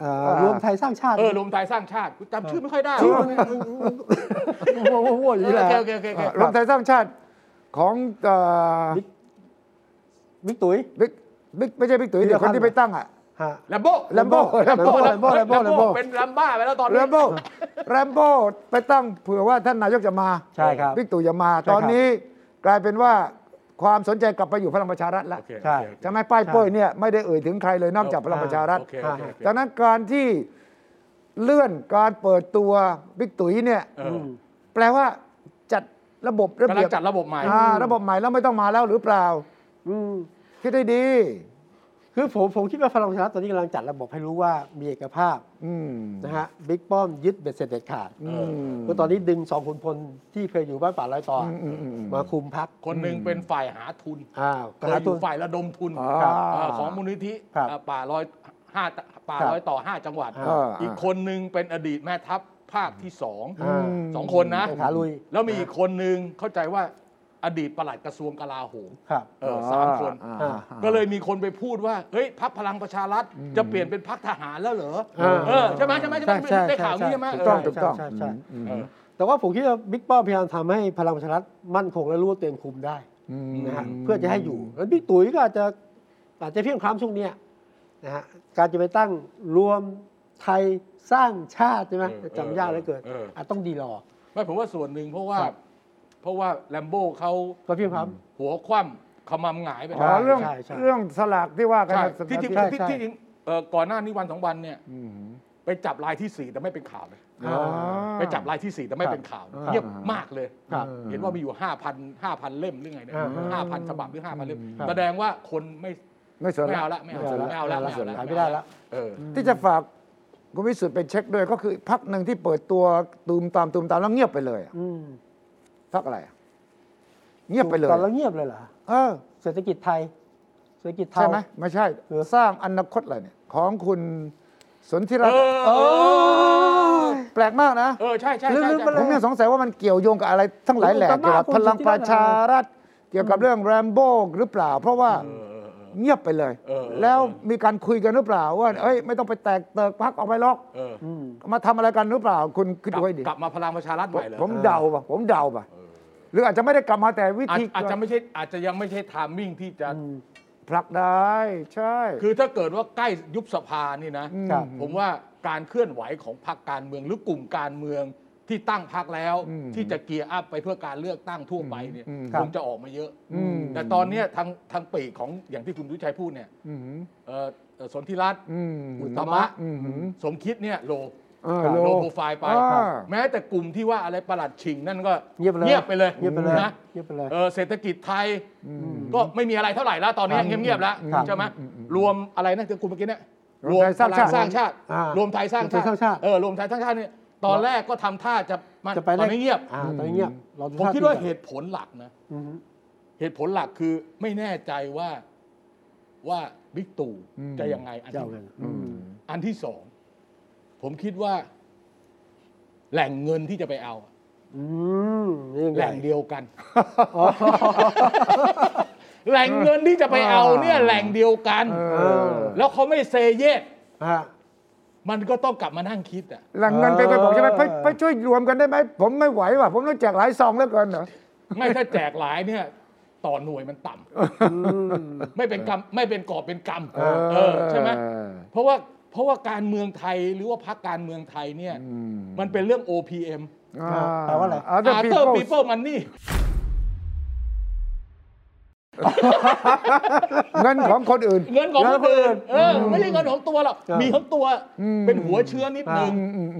Speaker 1: เอ่อรวมไทยสร้างชาติ
Speaker 2: เออรวมไทยสร้างชาติกูจำชื่อไม่ค่อยได้
Speaker 1: ชื่อ
Speaker 2: ว่ะ
Speaker 1: มันวัวๆอยู่แห
Speaker 2: โอ
Speaker 1: ละ
Speaker 2: เคโอเคโอเคโอเค
Speaker 3: รวมไทยสร้างชาติของเอ่อ
Speaker 1: บิ๊กตุ้ย
Speaker 3: บิ๊กบิ๊กไม่ใช่บิ๊กตุ๋ย
Speaker 1: พิรพันธ์
Speaker 3: เดี๋ยวคนที่ไปตั้งอ่ะ
Speaker 1: ฮะ
Speaker 2: ลมโบ้
Speaker 3: Lambo
Speaker 2: ลมโบ้
Speaker 1: Lambo Lambo Lambo
Speaker 2: ลม
Speaker 1: Lambo
Speaker 2: โบ้เป็นลัมบ้าไปแล้วตอน
Speaker 3: แร
Speaker 2: นี้
Speaker 3: มโบ้ *laughs* แรมโบ้ไปตั้งเผื่อว่าท่านนายกจะมา
Speaker 1: ใช่ครับ
Speaker 3: บิ๊กตู่จะมา
Speaker 1: ใช่ครับ
Speaker 3: ตอนนี้กลายเป็นว่าความสนใจกลับไปอยู่พลังประชารัฐแล้ว
Speaker 2: โอเค
Speaker 1: ใช่
Speaker 2: โอเค
Speaker 3: ใช่ไหมป้ายเป้ยเนี่ยไม่ได้เอ่ยถึงใครเลยนอกจากพลังประชารัฐ
Speaker 2: โอเคโอเคโอเค
Speaker 3: ดังนั้นการที่เลื่อนการเปิดตัวบิ๊กตุ๋ยเนี่ย
Speaker 2: เออ
Speaker 3: แปลว่าจัดระบบระ
Speaker 2: กำลั
Speaker 3: เบี
Speaker 2: ง
Speaker 3: ยบ
Speaker 2: จัดระบบใหม่
Speaker 3: อ่าระบบใหม่แล้วไม่ต้องมาแล้วหรือเปล่า
Speaker 1: อืม
Speaker 3: คิดได้ดี
Speaker 1: คือผมผมคิดว่าพลังประชารัฐตอนนี้กำลังจัดระบบให้รู้ว่ามีเอกภาพ
Speaker 3: อืม
Speaker 1: นะฮะบิ๊กป้อมยึดเบ็ดเสร็จเด็ดขาด
Speaker 3: อืม
Speaker 1: ก็ตอนนี้ดึงสองขุนพลที่เคยอยู่บ้านป่าลอยต่ออ
Speaker 3: มอืมอืมอืม
Speaker 1: มาคุมพัก
Speaker 2: คนหนึ่งเป็นฝ่ายหาทุน
Speaker 1: อ้าว
Speaker 2: เคยอ
Speaker 1: ตั
Speaker 2: ยู่
Speaker 1: ว
Speaker 2: ฝ่ายระดมทุน
Speaker 3: อ่า
Speaker 1: ครับ
Speaker 2: เอ่อของมูลนิธิ
Speaker 1: ครับ
Speaker 2: เอ่อป่าร้อยห้าป่า
Speaker 1: ครับ
Speaker 2: ร้อยต่อห้าจังหวัด
Speaker 1: อ่า
Speaker 2: อีกคนหนึ่งเป็นอดีตแม่ทัพภาคที่สอง
Speaker 1: อ่า
Speaker 2: สองคนนะ
Speaker 1: ขาลุย
Speaker 2: แล้วมีอีกคนหนึ่งเข้าใจว่าอดีตปลัดกระทรวงกลาโหม
Speaker 1: ครับ
Speaker 2: เออสามคน
Speaker 3: อ่า
Speaker 1: อ่า
Speaker 2: ก็เลยมีคนไปพูดว่า เฮ้ยพักพลังประชารัฐจะเปลี่ยนเป็นพักทหารแล้วเหรอ
Speaker 1: เออ
Speaker 2: เออ ใช่ไหมใช่ไหมใช่ไหม
Speaker 1: ใช่
Speaker 2: ได้ข่าวนี้ใช่ไหม
Speaker 1: ใช่
Speaker 2: เ
Speaker 3: ถูกต้อง
Speaker 1: ใช่
Speaker 3: ถูก
Speaker 1: ใช่
Speaker 3: ต้อง
Speaker 1: ใช่
Speaker 3: อืม
Speaker 2: เออ
Speaker 1: แต่ว่าผมคิดว่าบิ๊กป้อมพยายามทำให้พลังประชารัฐมั่นคงและรู้ว่าตัวเองคุมได้
Speaker 3: อืม
Speaker 1: นะฮะเพื่อจะให้อยู่ แล้วบิ๊กตุ๋ยก็อาจจะ อาจจะเพียงคล้ำช่วงเนี้ยนะฮะการจะไปตั้งรวมไทยสร้างชาติใช่ไหม
Speaker 2: เออ
Speaker 1: จำยากเหลือเกิน
Speaker 2: เออเอออ
Speaker 1: อาจต้องดีรอ
Speaker 2: ไม่ผมว่าส่วนหนึ่งเพราะว่า
Speaker 1: ครับ
Speaker 2: เพราะว่าแลมโบ้เขา
Speaker 1: ก็เพียงคล้
Speaker 2: หัวคว่ำขมำหงายไป
Speaker 3: อ๋อเรื่อง
Speaker 1: ใช่ใช่
Speaker 3: เรื่องสลากที่ว่ากัน
Speaker 2: ใช่
Speaker 3: นะสัปดา
Speaker 2: ที่
Speaker 3: ห์
Speaker 2: จริง
Speaker 1: ใช่
Speaker 2: ที่
Speaker 1: ใช่
Speaker 2: ที่จริงเอ่อก่อนหน้านี้วันสองวันเนี่ย
Speaker 3: อืม
Speaker 2: ไปจับรายที่สี่แต่ไม่เป็นข่าวเลย
Speaker 1: อ่า
Speaker 2: ไปจับรายที่สี่แต่ไม่เป็นข่าว
Speaker 1: ครับ
Speaker 2: เงียบมากเลย
Speaker 1: ครับ
Speaker 2: เห็นว่ามีอยู่ 5,000 5,000 เล่มหรือไงเนี่ย
Speaker 1: อ่า
Speaker 2: ห้าพันฉบับหรือ 5,000 เล่ม
Speaker 1: ครับ
Speaker 2: แสดงว่าคนไม่
Speaker 3: ไม่สน
Speaker 2: ไม่
Speaker 3: ละ
Speaker 2: เอาละไม่เอาละไม่เอาละเอาละ
Speaker 1: ขายไม่ได้ละ
Speaker 2: เอออ
Speaker 3: ที่จะฝากคุณวิสุทธ์ไปเช็คด้วยก็คือพักหนึ่งที่เปิดตัวตูมตามตูมตามแล้วเงียบไปเลยอะ
Speaker 1: อืม
Speaker 3: พักอะไรอะเงียบไปเลย
Speaker 1: ตอนเราเงียบเลยเหรอ
Speaker 3: เออ
Speaker 1: เศรษฐกิจไทย เศรษฐกิจเทา
Speaker 3: ใช่ไหมไม่ใช่
Speaker 1: เออ
Speaker 3: สร้างอนาคตอะไรเนี่ยของคุณสนธิรัตน์
Speaker 2: เออ
Speaker 3: เออแปลกมากนะ
Speaker 2: เออ ใช่ใช่
Speaker 1: ลืม
Speaker 2: ใช่
Speaker 1: ลืมไปเล
Speaker 2: ใช่
Speaker 3: ผมยังสงสัยว่ามันเกี่ยวโยงกับอะไรทั้งหลายแหล่
Speaker 1: ผมก็
Speaker 3: เกี่ยวกับ
Speaker 1: บ้า
Speaker 3: พลังประชารัฐเกี่ยวกับเรื่องแรมโบ้หรือเปล่า เพราะว่าเงียบไปเลย
Speaker 2: เออเออ
Speaker 3: แล้วมีการคุยกันหรือเปล่าว่าเอ้ยไม่ต้องไปแตกเติกพักออกไปหรอก
Speaker 2: เออ
Speaker 1: อืม
Speaker 3: มาทำอะไรกันหรือเปล่า คุณคิด
Speaker 2: กลับ
Speaker 3: ไว้ดี
Speaker 2: กลับมาพลังประชารัฐใหม่เหรอ
Speaker 3: ผมเดาป่ะผมเดาป่ะหรืออาจจะไม่ได้กลับมาแต่วิ
Speaker 2: อาจ
Speaker 3: ธี
Speaker 2: อาจจะไม่ใช่อาจจะยังไม่ใช่ไทามมิ่งที่จะ
Speaker 3: ผลักได้ใช่
Speaker 2: คือถ้าเกิดว่าใกล้ยุบสภานี่นะ
Speaker 1: ครับ
Speaker 2: ผมว่าการเคลื่อนไหวของพรรคการเมืองหรือกลุ่มการเมืองที่ตั้งพรรคแล้ว
Speaker 3: อืม
Speaker 2: ที่จะเกียร์อัพไปเพื่อการเลือกตั้งทั่วไปเนี่ย
Speaker 3: อืม
Speaker 2: คงจะออกมาเยอะ
Speaker 3: อืม
Speaker 2: แต่ตอนเนี้ยทางทางปีกของอย่างที่คุณวิชัยพูดเนี่ย
Speaker 3: อือหือ
Speaker 2: เอ่อเอ่อสนธิรัตน์
Speaker 3: อืม
Speaker 2: อุตตมะ
Speaker 3: อือหือ
Speaker 2: สมคิดเนี่ยโล
Speaker 3: เออ
Speaker 2: โล
Speaker 3: โล
Speaker 2: โปรไฟล์ไป
Speaker 3: อ่า
Speaker 2: แม้แต่กลุ่มที่ว่าอะไรประหลัดชิงนั่นก็
Speaker 1: เงียบไปเลย
Speaker 2: ไปเลย
Speaker 1: เงียบไปเลย
Speaker 2: นะ
Speaker 1: เงียบไปเลย
Speaker 2: เออเศรษฐกิจไทยก็ไม่มีอะไรเท่าไหร่แล้วตอนนี้เงียบๆแล้ว
Speaker 1: ครับ
Speaker 2: ใช่ไหมรวมอะไรนะที่คุณเมื่อกี้เนี่ย
Speaker 3: รวมไทยสร้างชาติ
Speaker 2: พลัสร้างชาติ
Speaker 1: อ่าร
Speaker 2: รวมไทยสร้าง
Speaker 1: รวมไทยสร้างชาติ
Speaker 2: เออรวมไทยสร้างชาติเนี่ยตอนแรกก็ทำท่าจะมา
Speaker 1: จะไป
Speaker 2: ตอนนี้เงียบ
Speaker 1: อ่าตอนนี้เงียบเร
Speaker 2: ผมคิดว่าเหตุผลหลักนะ
Speaker 1: อือฮึ
Speaker 2: เหตุผลหลักคือไม่แน่ใจว่าว่าบิ๊กตู่จะยังไงอัน
Speaker 1: จะ
Speaker 2: ที่
Speaker 1: เอายังไง
Speaker 2: อืมอันที่สองผมคิดว่า แหล่งเงินที่จะไปเอา
Speaker 1: อืมนี่ยัง
Speaker 2: แห
Speaker 1: ไง
Speaker 2: ล่งเดียวกัน แหล่งเงินที่จะไปเอาเนี่ยแหล่งเดียวกัน
Speaker 3: เออ
Speaker 2: แล้วเขาไม่เซเยส
Speaker 1: *laughs* ฮะ
Speaker 2: มันก็ต้องกลับมานั่งคิดอ่ะ
Speaker 3: แหลังเงินไปไปบอกใช่ไหมไปไปช่วยรวมกันได้ไหมผมไม่ไหวว่ะผมต้องแจกหลายซองแล้วกันเหรอ
Speaker 2: ไม่ถ้าแจกหลายเนี่ย ต่อหน่วยมันต่ำไม่เป็นกรรมไม่เป็นกอบเป็นกรรมเออใช่ไหม เพราะว่าเพราะว่าการเมืองไทยหรือว่าพรรคการเมืองไทยเนี่ยมันเป็นเรื่อง OPM
Speaker 3: อ่
Speaker 1: แปลว่าอะไร
Speaker 3: า Other
Speaker 2: After
Speaker 3: people's
Speaker 2: People Money
Speaker 3: *laughs* เงินของคนอื่น
Speaker 2: เงินของคนอื่นเออไม่ใช่เงินของตัวหรอกมีของตัวเป็นหัวเชื้อนิดนึง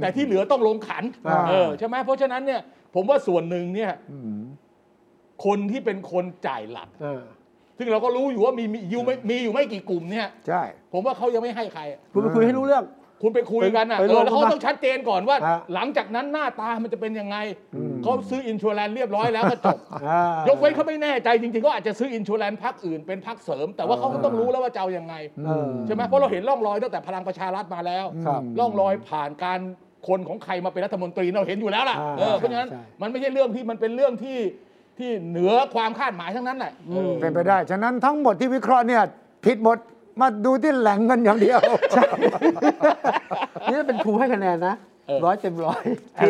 Speaker 2: แต่ที่เหลือต้องลงขัน
Speaker 3: อ่า
Speaker 2: เออใช่ไหมเพราะฉะนั้นเนี่ย ผมว่าส่วนหนึ่งเนี่ยคนที่เป็นคนจ่ายหลัก
Speaker 1: เออ
Speaker 2: ซึ่งเราก็รู้อยู่ว่ามีมีอยู่ไม่มีอยู่ไม่กี่กลุ่มเนี่ย
Speaker 3: ใช่
Speaker 2: ผมว่าเขายังไม่ให้ใคร
Speaker 1: คุณไปคุยให้รู้เรื่อง
Speaker 2: คุณไปคุยกันอ่ะ
Speaker 1: ไป
Speaker 2: เอ
Speaker 1: ลง
Speaker 2: อแล้วเขา
Speaker 1: มา
Speaker 2: ต้องชัดเจนก่อนว่า
Speaker 1: ฮะ
Speaker 2: หลังจากนั้นหน้าตามันจะเป็นยังไงเขาซื้ออินชัวแลนเรียบร้อยแล้วก็จบ
Speaker 1: อ่าย
Speaker 2: กเว้นเขาไม่แน่ใจจริงๆก็อาจจะซื้ออินชัวแลนพักอื่นเป็นพักเสริม แต่ว่าเขาก็ต้องรู้แล้วว่าจะเอายังไง
Speaker 1: เออ
Speaker 2: ใช่ไหมเพราะเราเห็นร่องรอยตั้งแต่พลังประชารัฐมาแล้ว
Speaker 1: ครับ
Speaker 2: ร่องรอยผ่านการคนของใครมาเป็นรัฐมนตรีเราเห็นอยู่แล้วล่ะ
Speaker 1: อ่า
Speaker 2: เออเพราะฉะนั้น
Speaker 1: ใช่
Speaker 2: มันไม่ใช่เรื่องที่มันเป็นเรื่องที่ที่เหนือความคาดหมายทั้งนั้นแหละเออ
Speaker 3: เป็นไปได้ ฉะนั้นทั้งหมดที่วิเคราะห์เนี่ยผิดหมด มาดูที่แหล่งเงินอย่างเดียว
Speaker 1: นี่เป็นครูให้คะแนนนะร้อยเต็มร้อยไอ้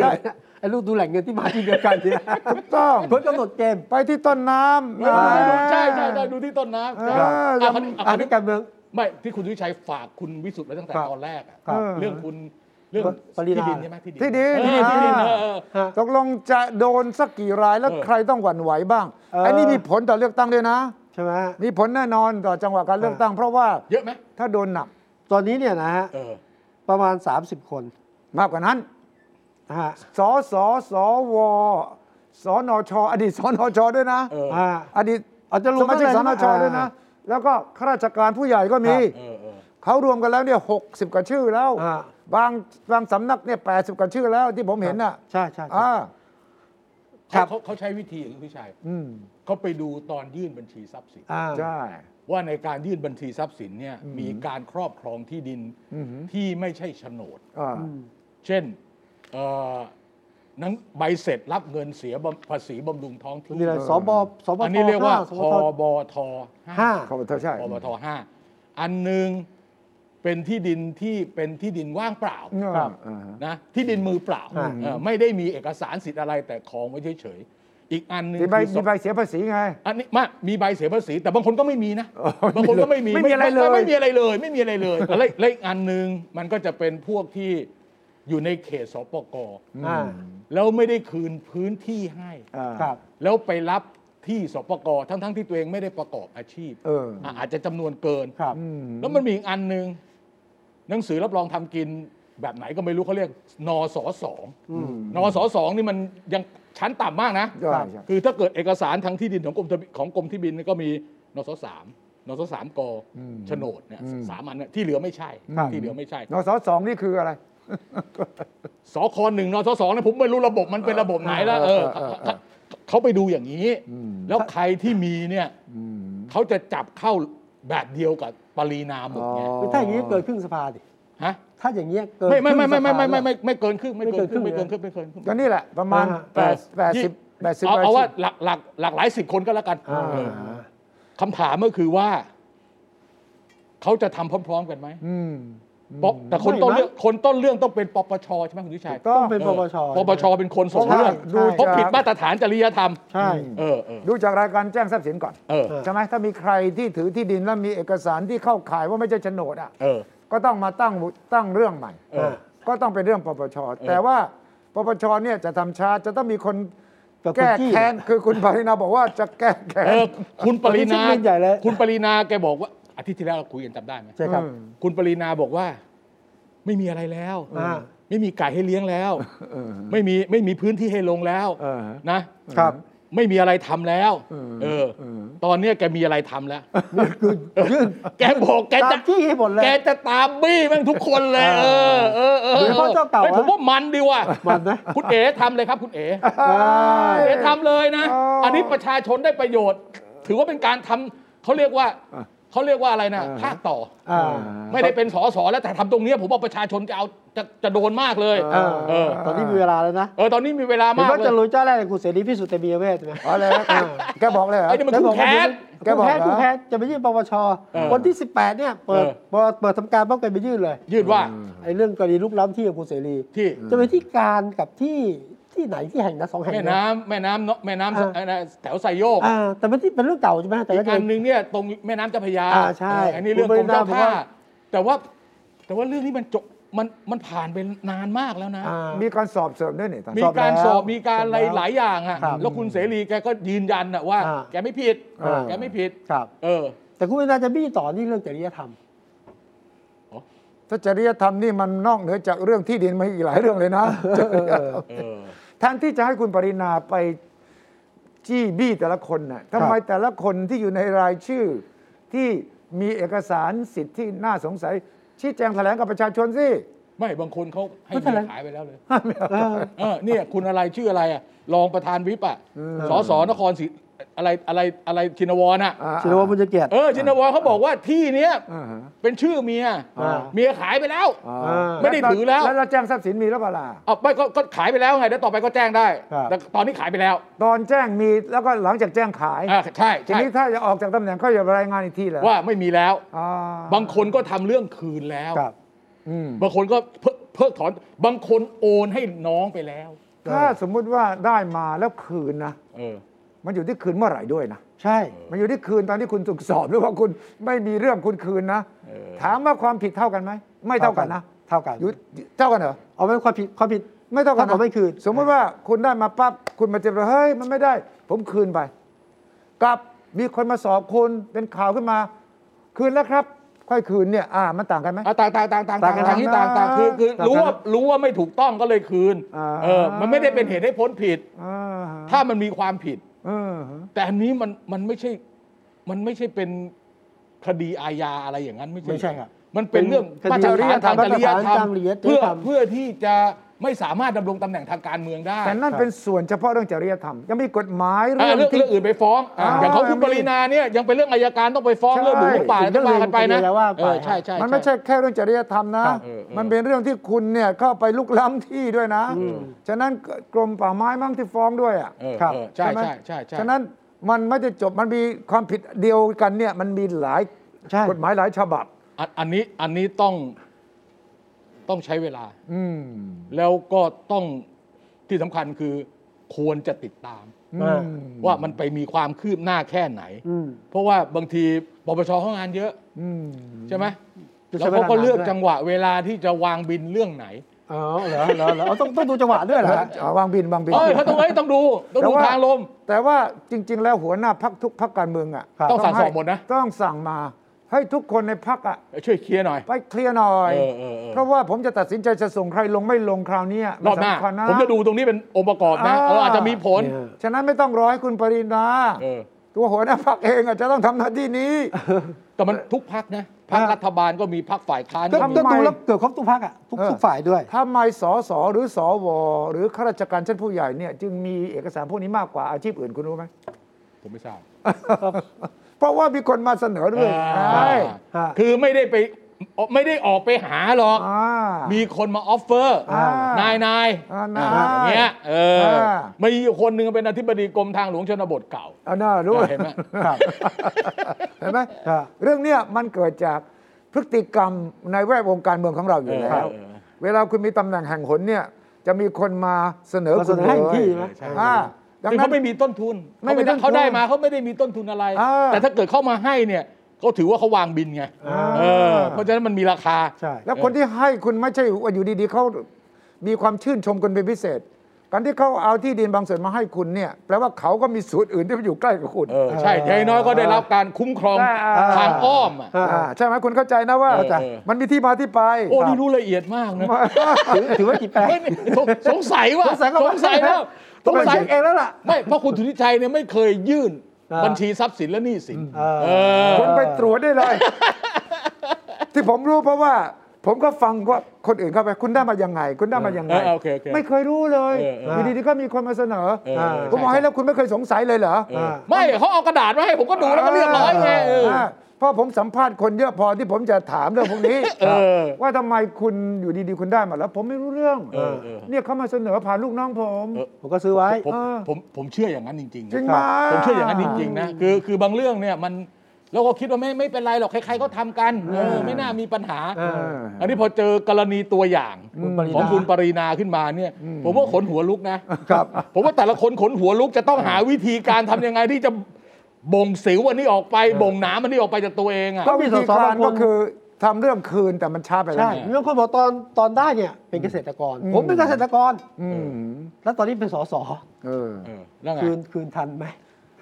Speaker 1: ไอ้ลูกดูแหล่งเงินที่มาที่เดียวกันเนี่ย
Speaker 3: ถูกต้อง
Speaker 1: คนกำหนดเกม
Speaker 3: ไปที่ต้นน้ำนะ
Speaker 2: ใช่ใช่ใช่ดูที่ต้นน้ำ
Speaker 3: เออ
Speaker 2: อ่ะคราวนี้อ่ะค
Speaker 1: อั
Speaker 2: ราน ว
Speaker 1: นี้
Speaker 2: นี้
Speaker 1: การเมือง
Speaker 2: ไม่ที่คุณวิชัยฝากคุณวิสุทธ์ไว้ตั้งแต่
Speaker 1: ครับ
Speaker 2: ตอนแรกอะ
Speaker 1: ครับ
Speaker 2: เรื่องคุณเรื่อง
Speaker 1: ปริ
Speaker 2: ที่
Speaker 1: นา
Speaker 2: ดินใช่ไหมที่ดิน
Speaker 3: ที่
Speaker 2: เอ
Speaker 3: ดิน
Speaker 2: อที่ดิน
Speaker 3: อ่า
Speaker 2: เออเออ
Speaker 1: ฮะ
Speaker 3: ตกลงจะโดนสักกี่รายแล้ว
Speaker 2: เออ
Speaker 3: ใครต้องหวั่นไหวบ้าง
Speaker 1: เอออั
Speaker 3: อันนี้มีผลต่อเลือกตั้งด้วยนะ
Speaker 1: ใช่ไหมฮะ
Speaker 3: มีผลแน่นอนต่อจังหวะการเลือกตั้ง เพราะว่า
Speaker 2: เยอะไหม
Speaker 3: ถ้าโดนหนัก
Speaker 1: ตอนนี้เนี่ยนะฮะ
Speaker 2: เออ
Speaker 1: ประมาณ 30 คน
Speaker 3: มากกว่านั้น
Speaker 1: นะฮะ
Speaker 3: สสสว สนช อดีตสนชด้วยนะ
Speaker 2: เออ
Speaker 1: อ่า
Speaker 3: อดีต
Speaker 1: เอาจะลง
Speaker 3: สมาชิก
Speaker 1: ได้
Speaker 3: ส
Speaker 1: เลย
Speaker 3: น
Speaker 1: นะ
Speaker 3: ชด้วยนะ
Speaker 1: อ่า
Speaker 3: แล้วก็ข้าราชการผู้ใหญ่ก็มี
Speaker 1: ครับ
Speaker 2: เออเออ
Speaker 3: เขารวมกันแล้วเนี่ยหกสิบกว่าชื่อแล้ว
Speaker 1: อ่า
Speaker 3: บางบางสำนักเนี่ยแปดสิบกว่าชื่อแล้วที่ผมเห็นน่ะ
Speaker 1: ใช่ใช่ใช่
Speaker 3: อ่า
Speaker 1: ครั
Speaker 2: เขา
Speaker 1: บ
Speaker 2: เขาเขาใช้วิธีอย่างที่พี่ชัย
Speaker 3: อืม
Speaker 2: เขาไปดูตอนยื่นบัญชีทรัพย์สิน
Speaker 1: อ่า
Speaker 3: ใช่
Speaker 2: ว่าในการยื่นบัญชีทรัพย์สินเนี่ยมีการครอบครองที่ดิน
Speaker 3: อือหือ
Speaker 2: ที่ไม่ใช่โฉนด
Speaker 3: อ่า
Speaker 2: เช่นเอ่อหนังใบเสร็จรับเงินเสียบำภาษีบำรุงท้อง
Speaker 1: มั
Speaker 2: ที่
Speaker 1: นมีอะไรสบสบ
Speaker 2: อันนี้เรียกว่า
Speaker 1: ห้ส
Speaker 2: พ
Speaker 1: บท
Speaker 2: บทห้า
Speaker 1: ห้า
Speaker 3: ขอบคุณใช่
Speaker 2: อบทห้าอันหนึ่งเป็นที่ดินที่เป็นที่ดินว่างเปล่า
Speaker 3: ครับอ่าฮะ
Speaker 2: นะที่ดินมือเปล่า
Speaker 1: อ่า
Speaker 2: เออไม่ได้มีเอกสารสิทธิ์อะไรแต่ของไว้เฉยๆ อีกอันหนึง
Speaker 3: มีใบ
Speaker 2: คือส
Speaker 3: มี
Speaker 2: อง
Speaker 3: ใบเสียภาษีไง
Speaker 2: อันนี้มามีใบเสียภาษี แต่บางคนก็ไม่มีนะ
Speaker 3: อ๋อบ
Speaker 2: างคนก็ไม่มี
Speaker 3: ไม่มีอะไรเลย
Speaker 2: ไม่มีอะไรเลย ไม่มีอะไรเลย *laughs* แล้วแล้วอีกอันหนึ่งมันก็จะเป็นพวกที่อยู่ในเขตสปก
Speaker 1: อ่า
Speaker 2: แล้วไม่ได้คืนพื้นที่ให้
Speaker 3: อ่า
Speaker 1: ครับ
Speaker 2: แล้วไปรับที่สปกทั้งๆที่ตัวเองไม่ได้ประกอบอาชีพ
Speaker 3: เออ
Speaker 2: อ่ะอาจจะจำนวนเกิน
Speaker 1: ครับ
Speaker 3: อืม
Speaker 2: แล้วมันมีอีกอันหนึ่งหนังสือรับรองทำกินแบบไหนก็ไม่รู้เขาเรียกนอสอสองนอสอสองนี่มันยังชั้นต่ำมากนะ
Speaker 3: ใช่ใช่
Speaker 2: คือถ้าเกิดเอกสารทางที่ดินของกรมทะบิของกรมที่ดินเนี่ยก็มีนสสามนสสามก
Speaker 3: อืม
Speaker 2: โฉนดเนี่ย
Speaker 3: อืม
Speaker 2: สามอันเนี่ยที่เหลือไม่ใช่
Speaker 3: ครับ
Speaker 2: ที่เหลือไม่ใช่
Speaker 3: นสสองนี่คืออะไร
Speaker 2: สคหนึ่งนสสองเนี่ยผมไม่รู้ระบบมันเป็นระบบไหนแล้วเออ
Speaker 3: เออเออเออ
Speaker 2: เขาไปดูอย่างนี้
Speaker 3: อืม
Speaker 2: แล้วใครที่มีเนี่ย
Speaker 3: อืม
Speaker 2: เขาจะจับเข้าแบบเดียวกับปรีนาหมดไง
Speaker 3: อ๋อ
Speaker 1: คือถ้าอย่างนี้เกินครึ่งสภาดิ
Speaker 2: ฮะ
Speaker 1: ถ้าอย่างเงี้ยเกิน
Speaker 2: ไม่ไม่ไม่
Speaker 1: ครึ่
Speaker 2: ไม่
Speaker 1: งสภา
Speaker 2: ไม่
Speaker 1: แล้ว
Speaker 2: ไม่ไม่ไม่ไม่เกินครึ่งไม่เกินครึ่ง
Speaker 1: ไม่
Speaker 2: ไม่
Speaker 1: เกิ
Speaker 2: เกิน
Speaker 1: น
Speaker 2: ค
Speaker 1: ครึ่ง
Speaker 2: รึ่งไม่เกินครึ่ง
Speaker 3: ก็นี่แหละประมาณ
Speaker 1: อ่า
Speaker 3: แปดแปดสิบแปดสิบ
Speaker 2: เอา
Speaker 3: แปด
Speaker 2: เอา
Speaker 3: สิ
Speaker 2: ว่า
Speaker 3: บ
Speaker 2: หลักหลักหลักหลายสิบคนก็แล้วกัน
Speaker 1: อ่า
Speaker 2: เออคำถามก็คือว่าเขาจะทำพร้อม ๆ กันไหม
Speaker 3: อืม
Speaker 2: ปะแต่คน
Speaker 1: ไม่
Speaker 2: ต้น
Speaker 1: นะ
Speaker 2: เรื่องคนต้นเรื่องต้องเป็นปปชใช่ไหมคุณทิชัย
Speaker 3: ก็
Speaker 1: ต้องเป็นปปช
Speaker 2: ปปชเป็นคนส่ง
Speaker 1: ใช่
Speaker 2: เรื่อง
Speaker 3: ดู
Speaker 2: เพราะ
Speaker 3: จาก
Speaker 2: ผิดมาตรฐานจริยธรรม
Speaker 1: ใช่
Speaker 2: เออเออ
Speaker 3: ดูจากรายการแจ้งทรัพย์สินก่อน
Speaker 2: เออ
Speaker 1: เออ
Speaker 3: ใช่ไหมถ้ามีใครที่ถือที่ดินแล้วมีเอกสารที่เข้าข่ายว่าไม่ใช่โฉนดอ่ะ
Speaker 2: เออ
Speaker 3: ก็ต้องมาตั้งตั้งเรื่องใหม่
Speaker 2: เออ
Speaker 3: ก็ต้องเป็นเรื่องปปชแต่ว่าปปชเนี่ยจะทำช้าจะต้องมีคน
Speaker 1: แต่คุณ
Speaker 3: แก้
Speaker 1: จี้
Speaker 3: แค้นคือคุณปรินาบอกว่าจะแก้แค้น
Speaker 2: เออ คุณปริ
Speaker 1: ตอนนี้
Speaker 2: นา
Speaker 1: ชิ้นบินใหญ่แล้ว
Speaker 2: คุณปรินาแกบอกว่าอาทิตย์ที่แล้วเราคุยกันจำได้ไหม
Speaker 1: ใช่ครับ
Speaker 3: อืม
Speaker 2: คุณปรินาบอกว่า ไม่มีอะไรแล้ว
Speaker 1: อ่า
Speaker 2: ไม่มีไก่ให้เลี้ยงแล้ว
Speaker 3: เออ
Speaker 2: ไม่มีไม่มีพื้นที่ให้ลงแล้ว
Speaker 3: เออ
Speaker 2: นะ
Speaker 1: ครับ
Speaker 2: ไม่มีอะไรทำแล้ว
Speaker 3: เออ
Speaker 2: เออ
Speaker 3: เออ
Speaker 2: ตอนเนี้ยแกมีอะไรทำแล้ว
Speaker 1: นี่คือยื่น
Speaker 2: *laughs* แกบอกแก
Speaker 1: ตา
Speaker 2: จะ
Speaker 1: มที่ให้หมดเลย
Speaker 2: แกจะตามบี้แม่งทุกคนเลยเออเออเออ
Speaker 1: โดยเฉพาะเจ้าเก่า
Speaker 2: ฮ้ย
Speaker 1: อะ
Speaker 2: ผมว่ามันดีว่ะ
Speaker 1: มันนะ
Speaker 2: คุณเอ๋ทำเลยครับ คุณเอ๋
Speaker 1: ได้
Speaker 2: คุณเอ๋ทำเลยนะ
Speaker 3: อ๋ออั
Speaker 2: อันนี้ประชาชนได้ประโยชน์ ถือว่าเป็นการทำเขาเรียกว่า
Speaker 3: อ่ะ
Speaker 2: เขาเรียกว่าอะไรนะ
Speaker 3: อ่า
Speaker 2: ภาคต่อ
Speaker 1: อ่า
Speaker 2: ไม่ได้เป็นสอสอแล้วแต่ทำตรงเนี้ยผมว่าประชาชนจะเอาจะจะโดนมากเลย
Speaker 1: เออ
Speaker 2: เออ
Speaker 1: ตอนนี้มีเวลาแล้วนะ
Speaker 2: เออตอนนี้มีเวลา
Speaker 1: เห็น
Speaker 2: มาก
Speaker 1: ว่า
Speaker 2: เล
Speaker 1: จะ
Speaker 2: ย
Speaker 1: ลุยเจ้าแรกในคุณเสรีพิสุทธิ์เตมียเวทใช่ไหม
Speaker 3: อ๋อเลยแกบอกเลยเหรอ
Speaker 2: ไอ้นี่มันคู่แค้น
Speaker 3: แกบอก
Speaker 1: แพ้
Speaker 3: เหรอ
Speaker 1: คุณแพ้จะไปยื่นปปช
Speaker 2: เออ
Speaker 1: วันที่ 18 เนี่ย เปิด
Speaker 2: เออ
Speaker 1: เปิดเปิดทำการป้องกันไปยื่นเลย
Speaker 2: ยืดว่า
Speaker 1: ไอ้เรื่องกรณีลุกล้ำที่ของคุณเสรี
Speaker 2: ที่
Speaker 1: จะไปที่การกับที่ที่ไหนที่แห่งนะสองแห่ง
Speaker 2: แม่
Speaker 1: นะ
Speaker 2: น้ำแม่น้ำเนอะแม่น้ำ
Speaker 1: อ่า
Speaker 2: เอ่อแถวไซโยก
Speaker 1: อ่าแต่ไม่ที่เป็นเรื่องเก่าใช่ไหมแต่
Speaker 2: อี
Speaker 1: ก็
Speaker 2: ก
Speaker 1: จะ
Speaker 2: อันหนึ่งเนี่ยตรงแม่น้ำเจ้าพระยา
Speaker 1: อ่าใช่
Speaker 2: เอออันนี้เรื่องกรมเจ้า
Speaker 1: คุณไม่น่าบ
Speaker 2: ท่า
Speaker 1: อกว่า
Speaker 2: แต่ว่าแต่ว่าเรื่องนี้มันจบมันมันผ่านไปนานมากแล้วนะ
Speaker 1: อ่า
Speaker 3: มีการสอบเสริมด้วยนี่ตอน
Speaker 2: มี
Speaker 3: นี้
Speaker 2: การสอบ
Speaker 1: แล้ว
Speaker 2: มีการอะไร
Speaker 1: สอบแล้ว
Speaker 2: หลายอย่างอ่ะ
Speaker 1: ครับ
Speaker 2: แล้วคุณเสรีแกก็ยืนยันอะว่า
Speaker 1: อ่า
Speaker 2: แกไม่ผิด
Speaker 1: อ่า
Speaker 2: แกไม่ผิด
Speaker 1: ครับ
Speaker 2: เออ
Speaker 1: แต่คุณไม่น่าจะบี้ต่อนี่เรื่องจริยธรรม
Speaker 3: ถ้าจริยธรรมนี่มันนอกเหนือจากเรื่องที่ดินมาอีกหลายเรื่องเลยนะ
Speaker 2: เออ
Speaker 3: แทนที่จะให้คุณปรินาไปจี้บี้แต่ละคนน่ะทำไมแต่ละคนที่อยู่ในรายชื่อ ที่มีเอกสารสิทธิ์ที่น่าสงสัย ชี้แจงแถลงกับประชาชนสิ
Speaker 2: ไม่บางคนเขาให้
Speaker 1: ไม่
Speaker 2: เมี
Speaker 1: เป็นไร
Speaker 2: ยข *laughs* ายไปแล้วเลย
Speaker 1: เออ
Speaker 2: เออเนี่ยคุณอะไรชื่ออะไรอ่ะรองประธานวิปอ่ะสสนครศรีอะไรอะไรอะไรชินวรอ่ะ
Speaker 1: ชินวัตรบุญเกียรติ
Speaker 2: เออชินวรเขาบอกว่าที่เนี้ย เป็นชื่อเมีย
Speaker 1: อ่า
Speaker 2: เมียขายไปแล้ว
Speaker 3: อ๋อ
Speaker 2: ไม่ได้ถือแล้ว
Speaker 3: แล้วเราแจ้งทรัพย์สินมีหรือเปล่าล่ะ
Speaker 2: เอาไปก็ก็ขายไปแล้วไง แล้วต่อไปก็แจ้งได้
Speaker 1: ครับ
Speaker 2: แต่ตอนนี้ขายไปแล้ว
Speaker 3: ตอนแจ้งมีแล้วก็หลังจากแจ้งขาย
Speaker 2: อ่าใช่
Speaker 3: ที
Speaker 2: ใช่
Speaker 3: นี้ถ้าจะออกจากตำแหน่งก็อย่ารายงานอีกทีเหรอ
Speaker 2: ว่าไม่มีแล้ว
Speaker 3: อ่
Speaker 2: บางคนก็ทำเรื่องคืนแล้ว
Speaker 1: ครับ
Speaker 3: อืม
Speaker 2: บางคนก็เพิกเพิกถอน บางคนโอนให้น้องไปแล้ว
Speaker 3: ถ้าสมมุติว่าได้มาแล้วคืนนะ
Speaker 2: เออ
Speaker 3: มันอยู่ที่คืนเมื่อไหร่ด้วยนะ
Speaker 1: ใช่
Speaker 3: มันอยู่ที่คืนตอนที่คุณถูกสอบหรือว่าคุณไม่มีเรื่องคุณคืนนะ
Speaker 2: เออ
Speaker 3: ถามว่าความผิดเท่ากันไหม ไม่เท่ากันนะ
Speaker 1: เท่ากัน
Speaker 3: อยู่เท่ากันเหรอ
Speaker 1: เอาเป็นความผิดความผิด
Speaker 3: ไม่เท่ากันนะ
Speaker 1: ถ้าผมไม่คืน
Speaker 3: สมมติว่าคุณได้มาปั๊บคุณมาเจ็บเลยเฮ้ยมันไม่ได้ ผมคืนไปกลับมีคนมาสอบคุณเป็นข่าวขึ้นมา คืนแล้วครับ ค่อยคืนเนี่ยอ่ามันต่างกันไหม
Speaker 2: อ่ะต่างต่างต่างต่าง
Speaker 1: ต่างกัน
Speaker 2: ต่างที่ต่างต่างคือคือ
Speaker 1: ต่างกัน
Speaker 2: รู้ว่ารู้ว่าไม่ถูกต้องก็เลยคืน
Speaker 3: อ่า
Speaker 2: เออ มันไม่ได้เป็นเหตุให้พ้นผิด
Speaker 3: อ่าฮะ
Speaker 2: ถ้ามันมีความผิด
Speaker 3: เออฮะ
Speaker 2: แต่อันนี้มันมันไม่ใช่ มันไม่ใช่เป็นคดีอาญาอะไรอย่างนั้นไม่ใช่
Speaker 1: ไม่ใช่ครับ
Speaker 2: มันเป็นเรื่อง
Speaker 1: เป็น
Speaker 2: มาตรฐานทางจริยธร
Speaker 1: มาตรฐา
Speaker 2: รม
Speaker 1: นทางจริยธรรม
Speaker 2: เพื่อเพื่อที่จะไม่สามารถดำรงตำแหน่งทางการเมืองได้
Speaker 3: แต่นั่นเป็นส่วนเฉพาะเรื่องจริยธรรม ยังมีกฎหมาย
Speaker 2: อ่าเรื่อง
Speaker 3: ที่
Speaker 2: เรื่องอื่นไปฟ้องอ่า
Speaker 3: อ่า
Speaker 2: อย่างของคุณ
Speaker 3: มี
Speaker 2: ปรินาเนี่ยยังเป็นเรื่องอายการต้องไปฟ้อง
Speaker 3: ใช่
Speaker 2: เรื่องบุกรุกป่า
Speaker 1: อีกเรื่
Speaker 2: ต้อ
Speaker 1: อง ง
Speaker 2: ว่ากันไป
Speaker 1: ห
Speaker 2: นะ
Speaker 1: นึ่งคดีอะไรว่าไป
Speaker 2: เออใช่ใช่
Speaker 3: มันไม่ใช่แค่เรื่องจริยธรรมนะ
Speaker 1: ครับ
Speaker 2: เออเออ
Speaker 3: มันเป็นเรื่องที่คุณเนี่ยเข้าไปลุกล้ำที่ด้วยนะ ฉะนั้นกรมป่าไม้มั่งที่ฟ้องด้วยอ่ะ
Speaker 2: เออ
Speaker 1: ครับ
Speaker 2: เออใช่
Speaker 3: ไหม
Speaker 2: ใช่ใช่ใช่
Speaker 3: ฉะนั้นมันไม่ได้จบ มันมีความผิดเดียวกันเนี่ย มันมีหลาย
Speaker 1: ใช่
Speaker 3: กฎหมายหลายฉบับ
Speaker 2: อันอันนี้อันนี้ต้องต้องใช้เวลา
Speaker 3: อืม
Speaker 2: แล้วก็ต้องที่สำคัญคือควรจะติดตาม
Speaker 3: อืม
Speaker 2: ว่ามันไปมีความคืบหน้าแค่ไหน
Speaker 1: อืม
Speaker 2: เพราะว่าบางทีปปชห้องงานเยอะ
Speaker 3: อืม
Speaker 2: ใช่ไหม
Speaker 1: จะใช้
Speaker 2: แล้วเขาก็
Speaker 1: เวลานาน
Speaker 2: เลือก
Speaker 1: ด้วย
Speaker 2: จังหวะเวลาที่จะวางบินเรื่องไหน
Speaker 1: อ๋อเหรอเหรอเหรอเอาต้องต้องดูจังหวะด้วยเหรอฮะ
Speaker 3: เอาวางบินวางบิน
Speaker 2: เอ้ยเขาต้องเอ้ยต้องดูต้อง
Speaker 3: แต่
Speaker 2: ดู
Speaker 3: ว่า
Speaker 2: ทางลม
Speaker 3: แต่ว่าจริง ๆ แล้วหัวหน้าพักทุกพักการเมืองอ่ะ
Speaker 1: ครับ
Speaker 2: ต้องสั่ง
Speaker 3: ให้
Speaker 2: สอบหมดนะ
Speaker 3: ต้องสั่งมาให้ทุกคนในพักอ่ะ
Speaker 2: ช่วยเคลียร์หน่อย
Speaker 3: ไปเคลียร์หน่อย
Speaker 2: เออเออเออ
Speaker 3: เพราะว่าผมจะตัดสินใจจะส่งใครลงไม่ลงคราวเนี้ย
Speaker 2: รอบหน้า
Speaker 3: สำคัญน
Speaker 2: ผมจะดูตรงนี้เป็นองค์ประกอบนะ
Speaker 3: อ่า
Speaker 2: เอออาจจะมีผล
Speaker 1: เนี่ย
Speaker 3: ฉะนั้นไม่ต้องรอให้คุณปรินา
Speaker 2: เออ
Speaker 3: ตัวหัวหน้าพักเองอาจจะต้องทำหน้าที่นี้
Speaker 2: แต่มันทุกพักนะพัก
Speaker 3: อ่ารั
Speaker 2: รัฐบาลก็มีพักฝ่ายค้าน
Speaker 1: ก็
Speaker 2: ก็
Speaker 1: ก็
Speaker 2: มี
Speaker 1: ดูแล้วเกือบครบทุกพักอ่ะทุก
Speaker 3: เออ
Speaker 1: ทุกฝ่ายด้วย
Speaker 3: ทำไมสสหรือสวหรือข้าราชการชั้นผู้ใหญ่เนี่ยจึงมีเอกสารพวกนี้มากกว่าอาชีพอื่นคุณรู้ไหม
Speaker 2: ผมไม่ทราบ
Speaker 3: เพราะว่ามีคนมาเสนอเรื่อง
Speaker 2: อ่า
Speaker 3: ใช่
Speaker 1: ฮะ
Speaker 2: คือไม่ได้ไปไม่ได้ออกไปหาหรอก
Speaker 3: อ่า
Speaker 2: มีคนมาออฟเฟอร์
Speaker 3: อ่าน
Speaker 2: ายนาย
Speaker 3: อ่านาย
Speaker 2: อย่างเงี้ยเอออา มีอยู่คนหนึ่งเป็นอธิบดีกรมทางหลวงชนบทเก่า
Speaker 3: เอาน่ารู้
Speaker 2: เห็นไหม
Speaker 3: ครับ *laughs* เห็นไหม
Speaker 1: ครับ
Speaker 3: เรื่องเนี้ยมันเกิดจากพฤติกรรมในแวดวงการเมืองของเราอยู่แล้ว
Speaker 2: เออ
Speaker 3: เวลาคุณมีตำแหน่งแห่งหนเนี่ย จะมีคนมาเสนอ
Speaker 1: มาเส
Speaker 3: คุณ
Speaker 1: นอ
Speaker 3: เล
Speaker 1: ให้
Speaker 3: ย
Speaker 1: ที่ไหม
Speaker 2: ใช่
Speaker 3: อ่าดัง
Speaker 2: คือ
Speaker 3: นั้
Speaker 2: เขา
Speaker 3: น
Speaker 2: ไม่มีต้นทุน
Speaker 3: ไม่มีต้นทุน
Speaker 2: เขาได้มาเขาไม่ได้มีต้นทุนอะไร
Speaker 3: อ่า
Speaker 2: แต่ถ้าเกิดเข้ามาให้เนี่ยก็ถือว่าเขาวางบินไง
Speaker 1: อ่า
Speaker 2: เออเพราะฉะนั้นมันมีราคา
Speaker 1: ใช่
Speaker 3: แล้วคนที่ให้คุณไม่ใช่ว่าอยู่ดีๆเขามีความชื่นชมคุณเป็นพิเศษ การที่เขาเอาที่ดินบางส่วนมาให้คุณเนี่ยแปลว่าเขาก็มีสูตรอื่นที่ไปอยู่ใกล้กับคุณ
Speaker 2: เออใช่
Speaker 1: เออ
Speaker 2: อย่างน้อยก็ได้รับการคุ้มครอง
Speaker 3: ได้อ่า
Speaker 2: ทางอ้อมอ่ะ
Speaker 1: อ่า
Speaker 3: อ่าใช่ไหมคุณเข้าใจนะว่า
Speaker 2: เข้าใจ
Speaker 3: มันมีที่มาที่ไป
Speaker 2: โอ้นี่รู้ละเอียดมากนะ
Speaker 1: ถือถือว่ากี่แปลง
Speaker 2: เฮ้ยนี่สงสงสัยว่า
Speaker 1: สงสัยก็
Speaker 2: สงสัยว่า
Speaker 1: ว่าต้องไปเช็คเองแล้วล่ะ
Speaker 2: ไม่เพราะคุณธุนิชัยเนี่ยไม่เคยยื่น
Speaker 1: อ่า
Speaker 2: บัญชีทรัพย์สินและหนี้สิน
Speaker 1: เออ
Speaker 2: เออ
Speaker 3: คุณไปตรวจได้เลย ที่ผมรู้เพราะว่า ผมก็ฟังว่าคนอื่นเข้าไป คุณได้มายังไง คุณได้มายังไง
Speaker 2: เออเออโอเคโอเค
Speaker 3: ไม่เคยรู้เลย
Speaker 2: เออเออ
Speaker 3: ยู่ดีๆก็มีคนมาเสนอ
Speaker 2: เออ
Speaker 1: อ่า
Speaker 3: ผมบอกให้แล้วคุณไม่เคยสงสัยเลยเหรอ
Speaker 2: เออไม่เขาเอากระดาษมาให้ผมก็ดูแล้วก็เรียบร้อยไงเออ
Speaker 3: าเพราะผมสัมภาษณ์คนเยอะพอที่ผมจะถามเรื่องพวกนี้
Speaker 2: เออ
Speaker 3: ว่าทำไมคุณอยู่ดีๆคุณได้มาแล้ว ผมไม่รู้เรื่อง
Speaker 2: เออเออ
Speaker 3: เนี่ยเขามาเสนอผ่านลูกน้องผม
Speaker 1: ผมก็ซื้อไว้
Speaker 2: ผม
Speaker 3: เออ
Speaker 2: ผมผมเชื่ออย่างนั้นจริงๆนะ
Speaker 3: จริงไหมา
Speaker 2: ผมเชื่ออย่างนั้นจริงๆนะคือคือบางเรื่องเนี่ยมันเราก็คิดว่าไม่ไม่เป็นไรหรอกใครๆก็ทำกันเออไม่น่ามีปัญหา
Speaker 1: เออ
Speaker 2: อันนี้พอเจอกรณีตัวอย่าง
Speaker 1: คุณปรินา
Speaker 2: ของคุณปรินาขึ้นมาเนี่ย ผมว่าขนหัวลุกนะครับ ผมว่าแต่ละคนขนหัวลุกจะต้องหาวิธีการทำยังไงที่จะบ่งสิวอันนี้ออกไปบ่งหนามอันนี้ออกไปจากตัวเองอ่ะ
Speaker 3: ก็
Speaker 1: ก็มีส
Speaker 3: วิธี
Speaker 1: ส
Speaker 3: การ
Speaker 1: บางคน
Speaker 3: ก็คือทำเรื่องคืนแต่มันช้าไปแล้ว
Speaker 1: ใช่
Speaker 3: ไง
Speaker 1: มีบางคนบอกตอนตอนได้เนี่ยเป็นเกษตรกร ผมเป็นเกษตรกร
Speaker 3: อืม
Speaker 1: แล้วตอนนี้เป็นสส
Speaker 3: เออ
Speaker 2: เออแล้วไง
Speaker 1: คืนคืนทันไหม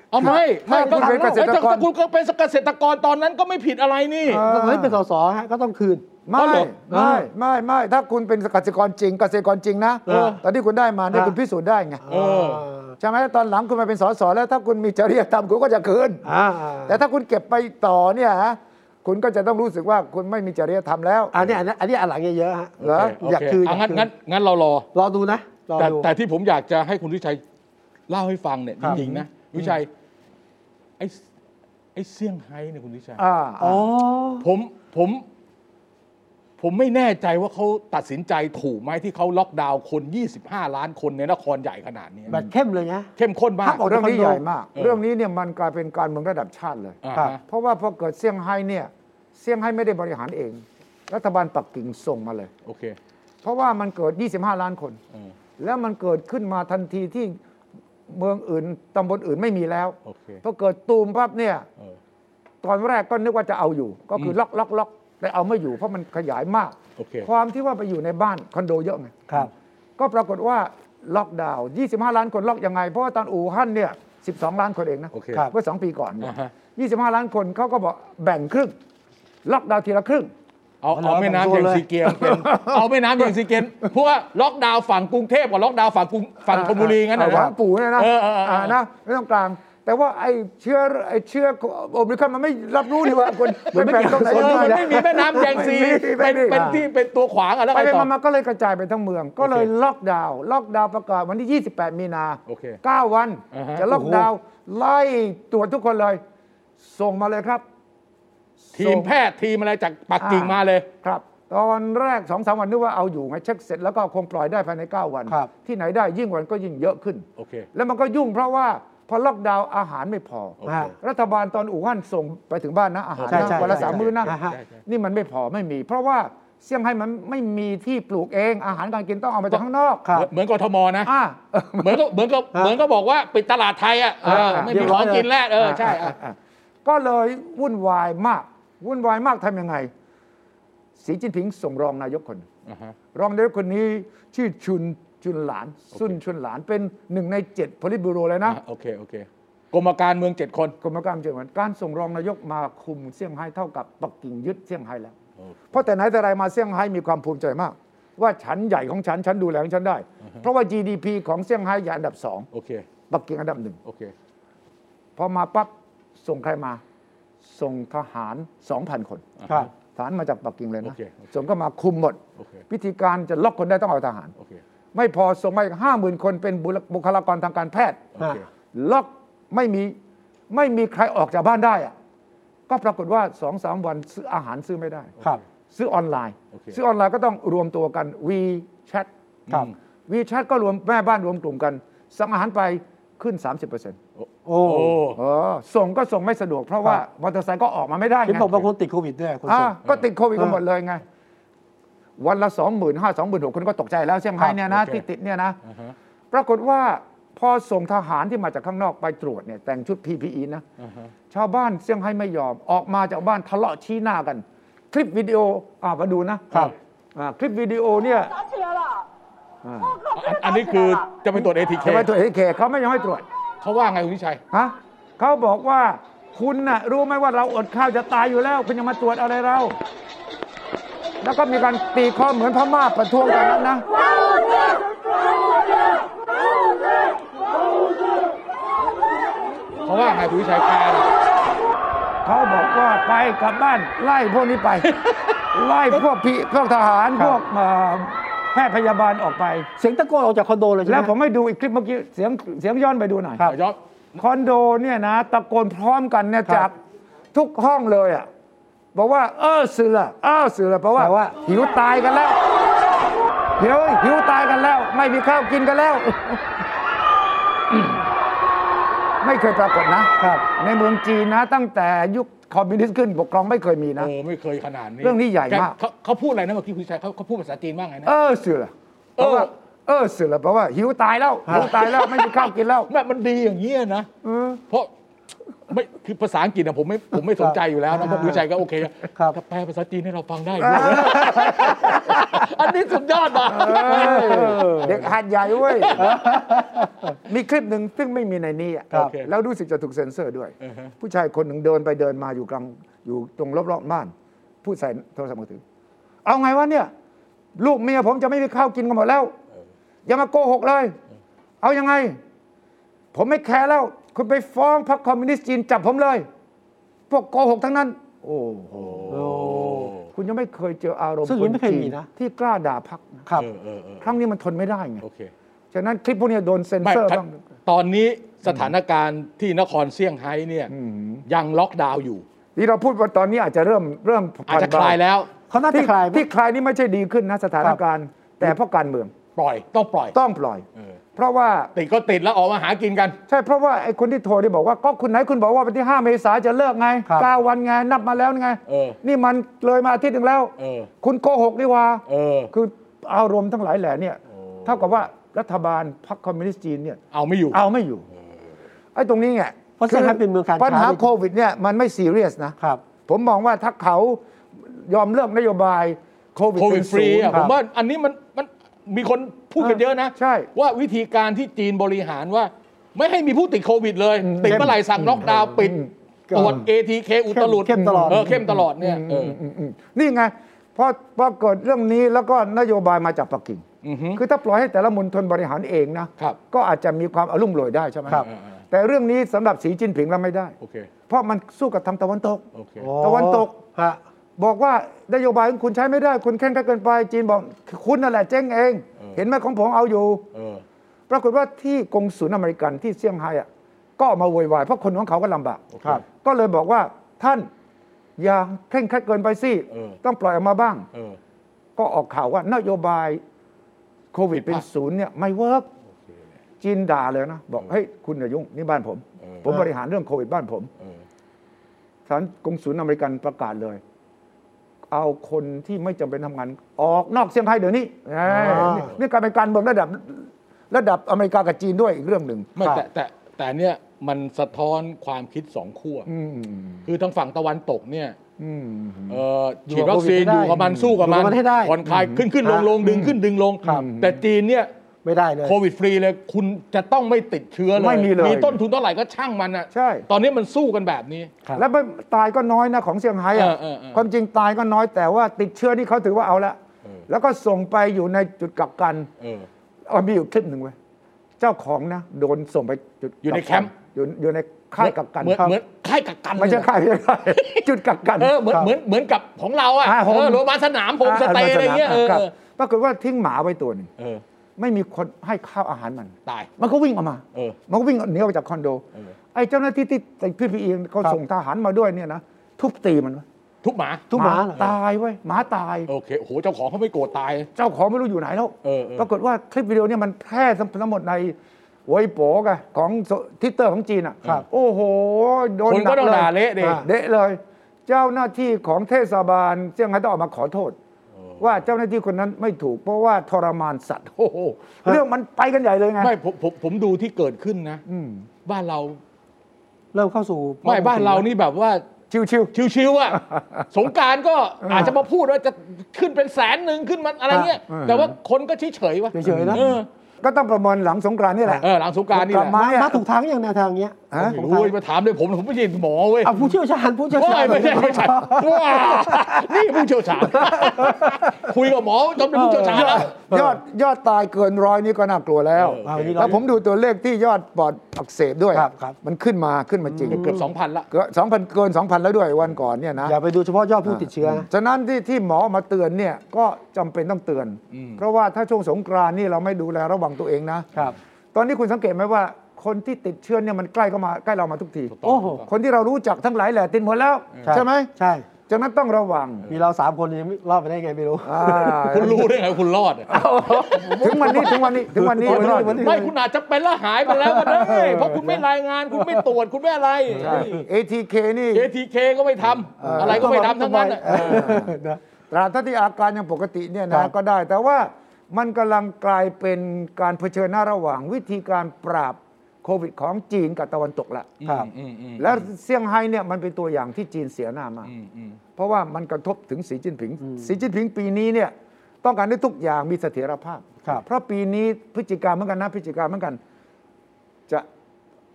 Speaker 2: เอาไม่ไม่
Speaker 3: ถ้าคุณเป็นเกษตรกร
Speaker 2: ถ้าถ้าคุณก็เป็นเกษตรกรตอนนั้นก็ไม่ผิดอะไรนี่
Speaker 1: ตอนนี้เป็นสสฮะก็ต้องคืน
Speaker 3: ไม่
Speaker 2: เอาเหรอ
Speaker 3: ไม่ไม่ไม่ถ้าคุณเป็นเกษตรกรจริงเกษตรกรจริงนะ
Speaker 1: เออ
Speaker 3: ตอนที่คุณได้มาเนี่ย
Speaker 1: อ่ะ
Speaker 3: คุณพิสูจน์ได้ไง
Speaker 2: เออ
Speaker 3: ใช่ไหมตอนหลังคุณมาเป็นสสแล้วถ้าคุณมีจริยธรรมคุณก็จะคืน
Speaker 1: อ่า
Speaker 3: แต่ถ้าคุณเก็บไปต่อเนี่ยฮะคุณก็จะต้องรู้สึกว่าคุณไม่มีจริยธรรมแล้ว
Speaker 1: อันนี้อันนี้อันนี้อันหลังเยอะๆฮะ
Speaker 3: เหรอ
Speaker 2: โเค
Speaker 1: อยากคืน
Speaker 2: เงั้
Speaker 1: อ
Speaker 2: น
Speaker 1: ยากคืน
Speaker 2: งั้นงั้นเรารอ
Speaker 1: รอดูนะรอ
Speaker 2: แต่
Speaker 1: ดู
Speaker 2: แต่ที่ผมอยากจะให้คุณวิชัยเล่าให้ฟังเนี่ย
Speaker 1: ค
Speaker 2: จ
Speaker 1: รับ
Speaker 2: ริงๆนะวิชัยไอ้ไอ้เซี่ยงไฮ้เนี่ยคุณวิชัย
Speaker 3: อ่า
Speaker 1: อ๋อ
Speaker 2: ผมผม ผมไม่แน่ใจว่าเขาตัดสินใจถูกไหมที่เขาล็อกดาวน์คน 25 ล้านคนในนครใหญ่ขนาดเนี้ย
Speaker 1: แบบเข้มเลยนะ
Speaker 2: เข้มข้นมาก
Speaker 1: พักออก
Speaker 3: เรื่องนี้ใหญ่มาก
Speaker 2: เออ
Speaker 3: เรื่องนี้เนี่ยมันกลายเป็นการเมืองระดับชาติเลย
Speaker 2: อ่า
Speaker 1: ครับ
Speaker 2: ฮะ
Speaker 3: เพราะว่าพอเกิดเซี่ยงไฮ้เนี่ยเซี่ยงไฮ้ไม่ได้บริหารเอง รัฐบาลปักกิ่งส่งมาเลย
Speaker 2: โอเค
Speaker 3: เพราะว่ามันเกิด 25 ล้านคน
Speaker 2: เออ
Speaker 3: แล้วมันเกิดขึ้นมาทันทีที่เมืองอื่น ตำบลอื่นไม่มีแล้ว
Speaker 2: โอเค
Speaker 3: พอเกิดตูมปั๊บเนี่ย
Speaker 2: เออ
Speaker 3: ตอนแรกก็นึกว่าจะเอาอยู่ ก็คืออ
Speaker 2: ม
Speaker 3: ล็อกล็อกล็อกแต่เอาไม่อยู่เพราะมันขยายมาก
Speaker 2: โอเค
Speaker 3: ความที่ว่าไปอยู่ในบ้านคอนโดเยอะไง
Speaker 1: ครับ
Speaker 3: ก็ปรากฏว่าล็อกดาวน์25 ล้านคนล็อกยังไง เพราะว่าตอนอู่ฮั่นเนี่ย 12 ล้านคนเองนะ
Speaker 2: โอเค
Speaker 1: ครับ
Speaker 3: เมื่อสองปีก่อนเนี่ย
Speaker 2: อ่าฮะ
Speaker 3: 25 ล้านคนเขาก็บอกแบ่งครึ่งล็อกดาวน์ทีละครึ่ง
Speaker 2: เอาเอาแม่น้ำ
Speaker 1: เอา
Speaker 2: เย
Speaker 1: แบ่งโซน
Speaker 2: ง
Speaker 1: เลย
Speaker 2: ซีเกียงเป็นเอาแม่น้ำเยงซีเกียงเพราะว่าล็อกดาวน์ฝั่งกรุงเทพกับล็อกดาวน์ฝั่งกรุงฝั่งธนบุรีงั้น
Speaker 3: อ่า
Speaker 2: นะ
Speaker 3: หวังปู่เนี่ยนะ
Speaker 2: เออเออเออ
Speaker 3: อ่านะไม่ต้องกลาง แต่ว่าไอ้เชื้อไอ้เชื้อโอมิครอนมันไม่รับรู้นี่ว่าคน
Speaker 1: มันไม่
Speaker 3: แบ่งตรงไหน
Speaker 1: เกี่
Speaker 2: เอ
Speaker 1: ยวกับ
Speaker 2: อมัน
Speaker 1: โซ
Speaker 2: ไม่มีแม่น้ำแยงซี
Speaker 3: ไม่
Speaker 2: เป็น
Speaker 3: มี
Speaker 2: เป็น
Speaker 3: ไม่มี
Speaker 2: ที่เป็นตัวขวางอะแล้ว
Speaker 3: ไป
Speaker 2: ไง
Speaker 3: ไป
Speaker 2: ต่อ
Speaker 3: มามาก็เลยกระจายไปทั้งเมือง ก็เลย
Speaker 2: โอเค
Speaker 3: ล็อกดาวน์ล็อกดาวน์ประกาศวันที่ 28 มีนา
Speaker 2: โอเค
Speaker 3: เก้าวัน
Speaker 2: อ่าฮะ
Speaker 3: จะล็อกดาวน์ไล่ตรวจทุกคนเลย ส่งมาเลยครับ
Speaker 2: ทีม
Speaker 3: ส่ง
Speaker 2: แพทย์ทีมอะไรจากปักกิ่งมาเลย
Speaker 3: ครับ ตอนแรกสองสามวันนึกว่าเอาอยู่ไงเช็คเสร็จแล้วก็คงปล่อยได้ภายใน 9 วัน
Speaker 1: ครับ
Speaker 3: ที่ไหนได้ยิ่งวันก็ยิ่งเยอะขึ้น
Speaker 2: โอเค
Speaker 3: แล้วมันก็ยุ่งเพราะว่าพอล็อกดาวน์อาหารไม่พอ
Speaker 2: โอเค
Speaker 1: ฮะ
Speaker 3: รัฐบาลตอนอู่ฮั่นส่งไปถึงบ้านนะอาหาร
Speaker 1: ใช่
Speaker 3: นะ
Speaker 1: ใช่
Speaker 3: วันละ
Speaker 1: ใช่
Speaker 3: สามมื้อนะ
Speaker 1: ใช่ใช่
Speaker 3: นี่มันไม่พอไม่มี เพราะว่า เซี่ยงไฮ้มันไม่มีที่ปลูกเอง อาหารการกินต้องเอามาจากข้างนอก
Speaker 1: ครับ
Speaker 2: เหมือนกทมนะ
Speaker 3: อ่าเออ
Speaker 2: เหมือนก็เหมือนก็
Speaker 1: ฮะ
Speaker 2: เหมือนก็บอกว่าปิดตลาดไทยอ่ะเออ
Speaker 3: อ่า
Speaker 2: ไม่
Speaker 1: เรี
Speaker 2: มี
Speaker 1: ยบ
Speaker 2: ข
Speaker 1: ร้
Speaker 2: อ
Speaker 1: อย
Speaker 2: งกินแล้วเออใช่
Speaker 3: อ่ะ
Speaker 2: อ่ะ
Speaker 3: อ่ะก็เลยวุ่นวายมาก วุ่นวายมากทำยังไง สีจิ้นผิงส่งรองนายกคนหนึ่ง
Speaker 2: อ่าฮะ
Speaker 3: รองนายกคนนี้ชื่อชุนจุนหลาน ซุนชุนหลานเป็นหนึ่งในเจ็ดพลิตบูโรเลยนะ
Speaker 2: อ่ะโอเค โอเคกรมการเมืองเจ็ดคน
Speaker 3: กรมการเมืองจังหวัดการส่งรองนายกมาคุมเซี่ยงไฮ้เท่ากับปักกิ่งยึดเซี่ยงไฮ้แล้ว เพราะแต่ไหนแต่ไรมาเซี่ยงไฮ้มีความภูมิใจมาก ว่าฉันใหญ่ของฉัน ฉันดูแลของฉันได้ เพราะว่า GDP ของเซี่ยงไฮ้อยู่อันดับสอง
Speaker 2: โอเค
Speaker 3: ปักกิ่งอันดับหนึ่ง
Speaker 2: โอเค
Speaker 3: พอมาปั๊บส่งใครมา ส่งทหาร 2,000 คน
Speaker 1: ครับ
Speaker 3: ทหารมาจากปักกิ่งเลย
Speaker 2: โอ
Speaker 3: นะ
Speaker 2: เคโอเค
Speaker 3: ส่งก็มาคุมหมด
Speaker 2: โอเค
Speaker 3: วิธีการจะล็อกคนได้ต้องเอาทหาร
Speaker 2: โอเค
Speaker 3: ไม่พอส่งมาอีกห้าหมื่นคนเป็นบุคลากรทางการแพทย์
Speaker 2: โอเค
Speaker 3: ล็อกไม่มีไม่มีใครออกจากบ้านได้อะก็ปรากฏว่าสองสามวันซื้ออาหารซื้อไม่ได้
Speaker 1: ครับ
Speaker 3: ซื้อออนไลน์
Speaker 2: โอเค
Speaker 3: ซื้อออนไลน์ก็ต้องรวมตัวกันวีแชท
Speaker 1: ครับ
Speaker 3: วีแชทก็รวมแม่บ้านรวมกลุ่มกัน สั่งอาหารไปขึ้น 30%เ
Speaker 1: โอ้
Speaker 2: โอ้
Speaker 3: ออส่งก็ส่งไม่สะดวก เพราะว่ามอเตอร์ไซค์ก็ออกมาไม่ได้ไง
Speaker 1: เห็นบอกบางคนติดโควิดด้วยคุณ
Speaker 3: อ่า
Speaker 1: สุ
Speaker 3: ก็ติดโควิดกันหมดเลยไง วันละ 2 5 0 0 0 2 6 0 0 0คนก็ตกใจแล้วเซี่ยงไฮ้เนี่ยนะ
Speaker 2: โอเค
Speaker 3: ที่ติดเนี่ยนะ
Speaker 2: อ่าฮะ
Speaker 3: ปรากฏว่าพอส่งทหารที่มาจากข้างนอกไปตรวจเนี่ยแต่งชุด PPE นะ
Speaker 2: อ่าฮะ
Speaker 3: ชาวบ้านเซี่ยงไฮ้ไม่ยอมออกมาจากบ้านทะเลาะชี้หน้ากัน คลิปวิดีโออ่ามาดูนะครับ อ่าคลิปวิดีโอเนี่ยอ่า
Speaker 2: อันอันนี้คือจะไปตรวจ ATK
Speaker 3: ทำไมตรวจเอเคเขาไม่ยอมให้ตรวจ
Speaker 2: เขาว่าไงคุณวิชัย
Speaker 3: ฮะเขาบอกว่าคุณน่ะรู้ไหมว่าเราอดข้าวจะตายอยู่แล้ว คุณยังมาตรวจอะไรเรา แล้วก็มีการตีข้อเหมือนพม่าประท้วงกันนั้นนะ
Speaker 2: เขาว่าไงคุณวิชัยแปลหน่อย
Speaker 3: เขาบอกว่าไปกลับบ้านไล่พวก *laughs* นี้ไป ไล่พวกพี่พวกทหาร
Speaker 1: ค
Speaker 3: พ
Speaker 1: รับ
Speaker 3: วกเอ่อแพทย์พยาบาลออกไป
Speaker 1: เสียงตะโกนออกจากคอนโดเลยใช่ไหม
Speaker 3: แล้วผมให้ดูอีกคลิปเมื่อกี้เสียงเสียงย้อนไปดูหน่อย
Speaker 1: ครับ
Speaker 2: ย้อน
Speaker 3: คอนโดเนี่ยนะตะโกนพร้อมกันเนี่ย
Speaker 1: ครับ
Speaker 3: จากทุกห้องเลยอ่ะบอกว่า เออเสือเออเสือแปลว่า
Speaker 1: แปลว่า
Speaker 3: หิวตายกันแล้วหิวหิวตายกันแล้ว ไม่มีข้าวกินกันแล้ว *coughs* ไม่เคยปรากฏนะ
Speaker 1: ครับ
Speaker 3: ในเมืองจีนนะ ตั้งแต่ยุคคอมมิวนิสต์ขึ้นปกครองไม่เคยมีนะ
Speaker 2: โอ้ไม่เคยขนาดนี้
Speaker 3: เรื่องนี้ใหญ่มาก
Speaker 2: แเขาเขาพูดอะไรนะเมื่อกี้คุณวิชัยเขาเขาพูดภาษาจีนว่าไงนะ
Speaker 3: เออเสือเพราะว่าเออเสือเพราะว่า หิวตายแล้วหิวตายแล้วไม่มีข้าวกินแล้ว
Speaker 2: แม่มันดีอย่างเงี้ยนะ
Speaker 3: เออ
Speaker 2: เพราะไม่คือภาษาอังกฤษนะผมไม่ผมไม่สนใจอยู่แล้วนะเพราะคุณวิชัยก็โอเค
Speaker 1: ครับ
Speaker 2: ก็แปลภาษาจีนให้เราฟังได้ด้วย *laughs* อันนี้สุดยอดนะ
Speaker 3: เด็กหัดใหญ่เว้ย มีคลิปหนึ่งซึ่งไม่มีในนี้อะ
Speaker 1: ครับ
Speaker 2: โอเค
Speaker 3: แล้วรู้สึกจะถูกเซ็นเซอร์ด้วย
Speaker 2: อือฮะ
Speaker 3: ผู้ชายคนหนึ่งเดินไปเดินมาอยู่กลางอยู่ตรงรอบๆบ้าน พูดใส่โทรศัพท์มือถือ เอาไงวะเนี่ย ลูกเมียผมจะไม่มีข้าวกินกันหมดแล้ว อย่ามาโกหกเลย เอายังไง ผมไม่แคร์แล้ว คุณไปฟ้องพรรคคอมมิวนิสต์จีนจับผมเลย พวกโกหกทั้งนั้น โอ้โห
Speaker 1: โอ้
Speaker 3: คุณยังไม่เคยเจออารมณ์
Speaker 1: ซึ่ง
Speaker 3: คน
Speaker 1: ไม่เคย
Speaker 3: จี
Speaker 1: มี
Speaker 3: น
Speaker 1: นะ
Speaker 3: ที่กล้าด่าพรรคนะ
Speaker 1: ครับ
Speaker 2: เออเออเออ
Speaker 3: ครั้งนี้มันทนไม่ได้ไง
Speaker 2: โอเค
Speaker 3: ฉะนั้นคลิปพวกเนี้ยโดนเซ็น
Speaker 2: ไม่
Speaker 3: เซอร์
Speaker 2: ถ้า
Speaker 3: บ้าง
Speaker 2: ตอนนี้สถานการณ์ที่นครเซี่ยงไฮ้เนี่ย
Speaker 3: อืม
Speaker 2: ยังล็อกดาวน์อยู่
Speaker 3: นี่เราพูดว่าตอนนี้อาจจะเริ่มเริ่มผ่
Speaker 2: อาจ
Speaker 3: น
Speaker 2: จะ
Speaker 3: เบ
Speaker 2: คลายแล้ว
Speaker 1: เขาน่าจะ
Speaker 3: ที่
Speaker 1: คลายไหม
Speaker 3: ที่คลายนี่ไม่ใช่ดีขึ้นนะสถานการณ์ แต่เพราะการเมือง
Speaker 2: ปล่อยต้องปล่อย
Speaker 3: ต้องปล่อย
Speaker 2: เออ
Speaker 3: เพราะว่า
Speaker 2: ติดก็ติดแล้วออกมาหากินกัน
Speaker 3: ใช่เพราะว่าไอ้คนที่โทรที่บอกว่าก็คุณไหนคุณบอกว่าวันที่ 5 เมษาจะเลิกไง
Speaker 1: ครับ
Speaker 3: 9 วันไงนับมาแล้วไง
Speaker 2: เออ
Speaker 3: นี่มันเลยมาอาทิตย์หนึ่งแล้ว
Speaker 2: เออ
Speaker 3: คุณโกหกนี่หว่า
Speaker 2: เออ
Speaker 3: คืออารมณ์ทั้งหลายแหล่เนี่ยเท่ากับว่ารัฐบาลพรรคคอมมิวนิสต์จีนเนี่ย
Speaker 2: เอาไม่อยู่
Speaker 3: เอาไม่อยู่ ไอ้ตรงนี้ไง
Speaker 1: เพราะเซี่ยงไฮ้เป็นเมืองการค้า
Speaker 3: ปัญหาโควิดเนี่ยมันไม่ซีเรียสนะ
Speaker 1: ครับ
Speaker 3: ผมมองว่าถ้าเขายอมเลิกนโยบายโควิด
Speaker 2: โควิด
Speaker 3: เป็น
Speaker 2: ฟรี
Speaker 3: ศูนย์
Speaker 2: อ่ะ
Speaker 3: ค
Speaker 2: ผ
Speaker 3: รับ
Speaker 2: มว่าอันนี้มันมันมีคนพูดกันเยอะนะ
Speaker 3: ใช่
Speaker 2: ว่าวิธีการที่จีนบริหารว่า ไม่ให้มีผู้ติดโควิดเลย ติดเมื่อไหร่สั่งล็อกดาวน์ปิดตรวจ ATK อุตลุด
Speaker 1: เข้มตลอด
Speaker 2: เออเข้มตลอดเนี่ยเออ
Speaker 3: อืมๆนี่ไงพอพอเกิดเรื่องนี้แล้วก็นโยบายมาจากปักกิ่ง
Speaker 2: อือฮึ
Speaker 3: คือถ้าปล่อยให้แต่ละมณฑลบริหารเองนะครับ ก็อาจจะมีความอารมณ์ลอยได้ใช่ไหม
Speaker 1: ครับ
Speaker 3: แต่เรื่องนี้สำหรับสีจิ้นผิงเราไม่ได้
Speaker 2: โอเค
Speaker 3: เพราะมันสู้กับทางตะวันตก
Speaker 2: โอเค
Speaker 1: โอ้
Speaker 3: ตะวันตก
Speaker 1: ฮะ
Speaker 3: บอกว่านโยบายของคุณใช้ไม่ได้คุณแข่งขันเกินไปจีนบอกคุณนั่นแหละเจ๊งเอง
Speaker 2: เออ
Speaker 3: เห็นไหมของผมเอาอยู่
Speaker 2: เออ
Speaker 3: ปรากฏว่าที่กงศูนย์อเมริกันที่เซี่ยงไฮ้อะก็ออกมาโวยวายเพราะคนของเขาก็ลำบาก
Speaker 2: โอเค
Speaker 1: ครับ
Speaker 3: ก็เลยบอกว่าท่านอย่าเคร่งครัดเกินไปสิ
Speaker 2: เออ
Speaker 3: ต้องปล่อยออกมาบ้าง
Speaker 2: เออ
Speaker 3: ก็ออกข่าวว่านโยบายโควิดเป็นศูนย์เนี่ยไม่เวิร์กจีนด่าเลยนะ บอก เฮ้ย คุณอย่ายุ่งนี่บ้านผม
Speaker 2: เออ
Speaker 3: ผมบริหารเรื่องโควิดบ้านผม
Speaker 2: เออ
Speaker 3: สารกงศูนย์อเมริกันประกาศเลย เอาคนที่ไม่จำเป็นทำงานออกนอกเซี่ยงไฮ้เดี๋ยวนี้เอ้ย
Speaker 1: อ๋อ
Speaker 3: นี่นี่การเป็นการเมืองระดับระดับอเมริกากับจีนด้วยอีกเรื่องหนึ่ง
Speaker 2: ไม่แต่แต่แต่เนี่ยมันสะท้อนความคิดสองขั้ว
Speaker 3: อืม
Speaker 2: คือทางฝั่งตะวันตกเนี่ย
Speaker 3: อืม
Speaker 2: เอ่อฉีดวัคซีน
Speaker 1: อ
Speaker 2: อยู่ ยู่
Speaker 1: กั
Speaker 2: กั
Speaker 1: บบ โควิดให้ได้
Speaker 2: มันสู้กับ
Speaker 1: อยู่
Speaker 2: มั
Speaker 1: กับ
Speaker 2: น
Speaker 1: มันให้ได้
Speaker 2: ผ่อนคลายขึ้นขึ้นลงลงดึงขึ้นดึงลง
Speaker 1: ครับ
Speaker 2: แต่จีนเนี่ย
Speaker 1: ไม่ได้เลย
Speaker 2: โควิดฟรีเลยคุณจะต้องไม่ติดเชื้อเลย
Speaker 3: ไม่มีเลย
Speaker 2: มีต้นทุนเท่าไหร่ก็ช่างมันอ่ะ
Speaker 3: ใช่
Speaker 2: ตอนนี้มันสู้กันแบบนี้
Speaker 1: ครับ
Speaker 3: แล้วไม่ตายก็น้อยนะของเซี่ยงไฮ้
Speaker 2: เอ
Speaker 3: อะ
Speaker 2: อเออเออ
Speaker 3: ความจริงตายก็น้อยแต่ว่าติดเชื้อนี่เขาถือว่าเอาละ
Speaker 2: เออ
Speaker 3: แล้วก็ส่งไปอยู่ในจุดกักกัน
Speaker 2: เออ
Speaker 3: เอามีอยู่คลิปหนึ่งเว้ยเจ้าของนะโดนส่งไปจุด
Speaker 2: อยู่ใน
Speaker 3: กัก
Speaker 2: แค
Speaker 3: กั
Speaker 2: มป์
Speaker 3: อยู่อยู่ในค่ายกักกัน
Speaker 2: เหมือน
Speaker 3: ครับ
Speaker 2: เหมือนค่ายกักกัน
Speaker 3: ไม่ใช่
Speaker 2: เลยนะ
Speaker 3: ค่ายไม่ใช่ค่าย *laughs* จุดกักกัน
Speaker 2: เออเหมือนเหมือนเหมือนกับของเราอ่ะ
Speaker 3: อ่าโฮม
Speaker 2: เออโรงพยาบาลสนามโฮมสเตย์อะไรเงี้ยเออ
Speaker 3: ครับปรากฏว่าทิ้งหมาไว้ตัวหนึง
Speaker 2: เออ
Speaker 3: ไม่มีคนให้ข้าวอาหารมัน
Speaker 2: ตาย
Speaker 3: มันก็วิ่งออกมา
Speaker 2: เออ
Speaker 3: มันก็วิ่งหนีออกไปจากคอนโด
Speaker 2: เออ
Speaker 3: ไอ้เจ้าหน้าที่ที่ใส่ PPE เขา
Speaker 1: ครับ
Speaker 3: ส่งทหารมาด้วยเนี่ยนะทุบตีมันเว้ย
Speaker 2: ทุบหมา
Speaker 1: ทุกหมาเหรอ
Speaker 3: ตายเว้ยหมาตาย
Speaker 2: โอเคโอ้โหเจ้าของเขาไม่โกรธตาย
Speaker 3: เจ้าของไม่รู้อยู่ไหนแล้ว
Speaker 2: เออเออ
Speaker 3: ปรากฏว่าคลิปวิดีโอเนี่ยมันแพร่ทั้งหมดในเวยโป๋กะของทวิตเตอร์ของจีนอ่ะ
Speaker 1: ครับ
Speaker 3: โอ้โห โดน
Speaker 2: คน
Speaker 3: หนั
Speaker 2: ก็
Speaker 3: ก
Speaker 2: ต้อง
Speaker 3: เลย
Speaker 2: ด่าเละดิ
Speaker 1: อ่า
Speaker 3: เดะเลย เจ้าหน้าที่ของเทศบาลเซี่ยงไฮ้ต้องออกมาขอโทษ ว่าเจ้าหน้าที่คนนั้นไม่ถูก เพราะว่าทรมานสัตว์โอ้โหเรื่องมันไปกันใหญ่เลยไง
Speaker 2: ไม่ผมผมผมดูที่เกิดขึ้นนะ
Speaker 3: อืม
Speaker 2: บ้านเรา
Speaker 1: เริ่มเข้าสู่
Speaker 2: ไม่บ้านเรานี่แบบว่า
Speaker 3: ชิว
Speaker 2: ชิวๆอ่ะ สงกรารก็อาจจะมาพูดว่าจะขึ้นเป็นแสนหนึ่งขึ้นมาอะไรเงี้ย
Speaker 3: อ่า
Speaker 2: แต่ว่าคนก็เฉยๆวะ
Speaker 1: เฉยๆนะ
Speaker 2: เออ
Speaker 3: ๆก็ต้องประเมินหลังสงกรานต์นี่แหละ
Speaker 2: เออหลังสงกรารนี่แหละ
Speaker 3: กลับ
Speaker 1: มามาถูกทางอย่างแนวทางเนี้ย
Speaker 3: ฮะ
Speaker 2: ไม่รู้เว้ยมาถามเลยผมผมไม่ใช่หมอเว้ย
Speaker 1: เอาผู้เชี่ยวชาญผู้เชี่ยวชาญ
Speaker 2: โอ้ยไม่ใช่ไม่ใช่ว้านี่ผู้เชี่ยวชาญ คุยกับหมอจนเป็นผู้เชี่ยวชาญแล้ว
Speaker 3: ยอดยอดตายเกินร้อยนี่ก็น่ากลัวแล้ว
Speaker 1: เออเอาอันนี้ร้อย
Speaker 3: แล้วผมดูตัวเลขที่ยอดปอดอักเสบด้วย
Speaker 1: ครับครับ
Speaker 3: มันขึ้นมาขึ้นมาจริง
Speaker 2: เกือบสองพันละ
Speaker 3: เกือบสองพันเกินสองพันแล้วด้วยวันก่อนเนี่ยนะ
Speaker 1: อย่าไปดูเฉพาะยอดผู้ติดเชื้อนะ
Speaker 3: ฉะนั้นที่ที่หมอมาเตือนเนี่ยก็จำเป็นต้องเตือน
Speaker 2: อืม
Speaker 3: เพราะว่าถ้าช่วงสงกรานต์นี่เราไม่ดูแลระวังตัวเองนะครับ ตอนนี้คุณสังเกตไหมว่า คนที่ติดเชื้อเนี่ยมันใกล้เข้ามาใกล้เรามาทุกที
Speaker 1: โอ้โห
Speaker 3: คนที่เรารู้จักทั้งหลายแหละติดหมดแล้ว
Speaker 1: ครับ
Speaker 3: ใช่ไหม
Speaker 1: ใช่
Speaker 3: ฉะนั้นต้องระวัง
Speaker 1: มีเราสามคนยังไม่รอดไปได้ไงไม่รู้
Speaker 3: อ่า
Speaker 2: คุณรู้ได้ไงว่าคุณรอดอะ
Speaker 3: ถึงวันนี้ถึงวันนี้ถึงวันนี้
Speaker 1: วันนี้
Speaker 3: รอดอยู่
Speaker 1: วันนี้
Speaker 2: ไม่คุณอาจจะเป็นแล้วหายไปแล้วก็ได้เพราะคุณไม่รายงานคุณไม่ตรวจคุณไม่อะไร
Speaker 3: ATK นี่
Speaker 2: ATK ก็ไม่ทำอะไรก็ไม่ทำทั้งนั้นอะ
Speaker 1: เออนะ
Speaker 3: ตราบเท่าที่อาการยังปกติเนี่ย
Speaker 1: ครั
Speaker 3: นะ
Speaker 1: บ
Speaker 3: ก็ได้ แต่ว่ามันกำลังกลายเป็นการเผชิญหน้าระหว่างวิธีการปราบโควิดของจีนกับตะวันตกละ
Speaker 1: ครับ
Speaker 2: อืมอืม
Speaker 3: แล้วเซี่ยงไฮ้เนี่ยมันเป็นตัวอย่างที่จีนเสียหน้ามาก
Speaker 2: อืมอืม
Speaker 3: เพราะว่ามันกระทบถึงสีจิ้นผิง สีจิ้นผิงปีนี้เนี่ยต้องการให้ทุกอย่างมีเสถียรภาพ
Speaker 1: ครับ
Speaker 3: เพราะปีนี้พฤศจิกาเหมือนกันนะพฤศจิกาเหมือนกัน จะ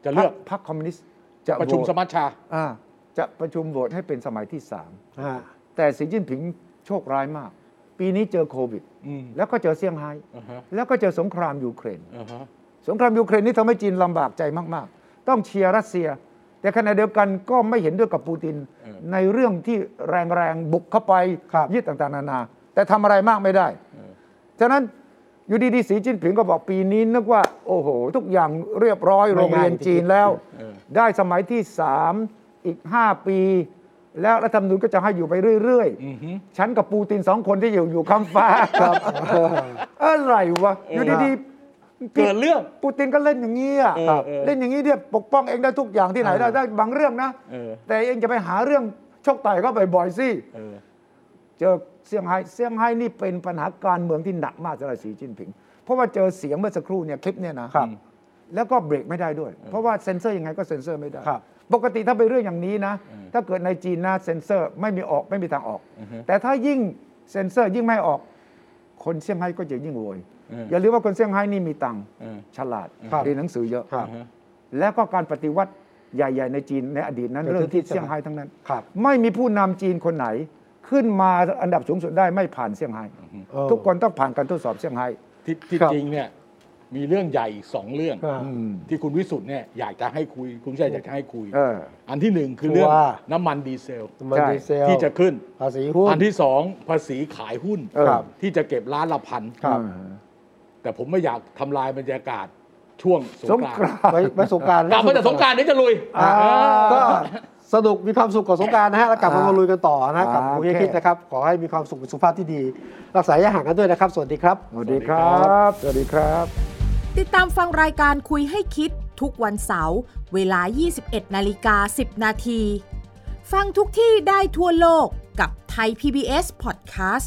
Speaker 2: จะเลือก
Speaker 3: พรรคพรรคคอมมิวนิสต์จะ
Speaker 2: ประชุม
Speaker 3: โหวต
Speaker 2: สมัชชา
Speaker 3: อ่าจะประชุมโหวตให้เป็นสมัยที่สาม
Speaker 1: ฮะ
Speaker 3: แต่สีจิ้นผิงโชคร้ายมาก ปีนี้เจอโควิด
Speaker 2: อืม
Speaker 3: แล้วก็เจอเซี่ยงไฮ้
Speaker 2: อ่าฮะ
Speaker 3: แล้วก็เจอสงครามยูเครน
Speaker 2: อ่าฮะ
Speaker 3: สงครามยูเครนนี่ทำให้จีนลำบากใจมาก ๆ ต้องเชียร์รัสเซีย แต่ขณะเดียวกันก็ไม่เห็นด้วยกับปูติน ในเรื่องที่แรงๆ บุกเข้าไป
Speaker 1: ครับ
Speaker 3: ยึดต่างๆ นานา แต่ทำอะไรมากไม่ได้ ฉะนั้นอยู่ดีๆสีจิ้นผิงก็บอกปีนี้นึกว่า โอ้โห ทุกอย่างเรียบร้อย
Speaker 1: ไม่ง่าย
Speaker 3: โรงเรียน
Speaker 1: จริงๆ
Speaker 3: จีนแล้ว ได้สมัยที่สามอีกห้าปี แล้วรัฐธรรมนูญก็จะให้อยู่ไปเรื่อยๆ
Speaker 2: อือฮึ
Speaker 3: ฉันกับปูตินสองคนที่อยู่อยู่คำฟ้า
Speaker 1: ครับ
Speaker 3: อะไรวะ อยู่ดีๆพี่
Speaker 2: เกิดเรื่อง
Speaker 3: ปูตินก็เล่นอย่างนี้อ่ะ
Speaker 2: เออ
Speaker 3: ครับ
Speaker 2: เออ
Speaker 3: เล่นอย่างนี้เนี่ยปกป้องเองได้ทุกอย่างที่ไหนได้
Speaker 1: เออ
Speaker 3: ได้บางเรื่องนะ
Speaker 2: เออ
Speaker 3: แต่เองจะไปหาเรื่องชกต่อยก็บ่อยๆสิ
Speaker 2: เออ
Speaker 3: เจอเซี่ยงไฮ้เซี่ยงไฮ้นี่เป็นปัญหาการเมืองที่หนักมากสำหรับสีจิ้นผิง เพราะว่าเจอเสียงเมื่อสักครู่เนี่ยคลิปเนี่ยนะครับ แล้วก็เบรกไม่ได้ด้วย เพราะว่าเซ็นเซอร์ยังไงก็เซ็นเซอร์ไม่ได้
Speaker 1: ครับ
Speaker 3: ปกติถ้าเป็นเรื่องอย่างนี้นะ ถ้าเกิดในจีนนะเซ็นเซอร์ไม่มีออกไม่มีทางออก แต่ถ้ายิ่งเซ็นเซอร์ยิ่งไม่ออก คนเซี่ยงไฮ้ก็จะยิ่งรวย
Speaker 2: เออ
Speaker 3: อย่าลืมว่าคนเซี่ยงไฮ้นี่มีตังค์
Speaker 2: เออ
Speaker 3: ฉลาด
Speaker 1: ครับ
Speaker 3: เรียนหนังสือเยอะ
Speaker 1: ครับ
Speaker 3: แล้วก็การปฏิวัติใหญ่ ๆ ในจีนในอดีตนั้นเรื่องที่เซี่ยงไฮ้ทั้งนั้น
Speaker 1: ครับ
Speaker 3: ไม่มีผู้นำจีนคนไหน ขึ้นมาอันดับสูงสุดได้ไม่ผ่านเซี่ยงไฮ้
Speaker 1: เออ
Speaker 3: ทุกคนต้องผ่านการทดสอบเซี่ยงไฮ้
Speaker 2: ที่ที่จริงเนี่ย มีเรื่องใหญ่อีกสองเรื่อง
Speaker 1: อ่า
Speaker 2: ที่คุณวิสุทธ์เนี่ยอยากจะให้คุย คุณชัยอยากจะให้คุย
Speaker 3: เออ
Speaker 2: อันที่หนึ่งคือเรื่อง
Speaker 1: ว่า
Speaker 2: น้ำมันดีเซล
Speaker 1: มันดีเซล
Speaker 2: ที่จะขึ้น
Speaker 1: ภาษีหุ้น
Speaker 2: อันที่สองภาษีขายหุ้น
Speaker 3: เออ
Speaker 2: ที่จะเก็บล้านละพัน
Speaker 1: ครับ
Speaker 2: แต่ผมไม่อยากทำลายบรรยากาศช่วง
Speaker 3: ส
Speaker 2: ส
Speaker 3: ง
Speaker 2: ง
Speaker 3: ก
Speaker 2: ก
Speaker 3: ราร
Speaker 2: านต์
Speaker 3: นต์
Speaker 1: ไว้ไว้สงกราร
Speaker 2: กลับมาจากสงกรารนี้จะลุย
Speaker 3: อ่า
Speaker 1: ก็สนุกมีความสุขกับสงกรารนะฮะแล้วกลับมา
Speaker 3: อ่า
Speaker 1: ลุยกันต่อนะกับ
Speaker 3: อ่า
Speaker 1: คุยให้
Speaker 3: โอเค
Speaker 1: คิดนะครับ ขอให้มีความสุขสุขภาพที่ดี รักษาระยะห่างกันด้วยนะครับ สวัสดีครับ
Speaker 3: สวัสดีครับสวัสดีครับ
Speaker 7: ติดตามฟังรายการคุยให้คิดทุกวันเสาร์เวลา 21นาฬิกา10 นาที ฟังทุกที่ได้ทั่วโลกกับ Thai PBS Podcast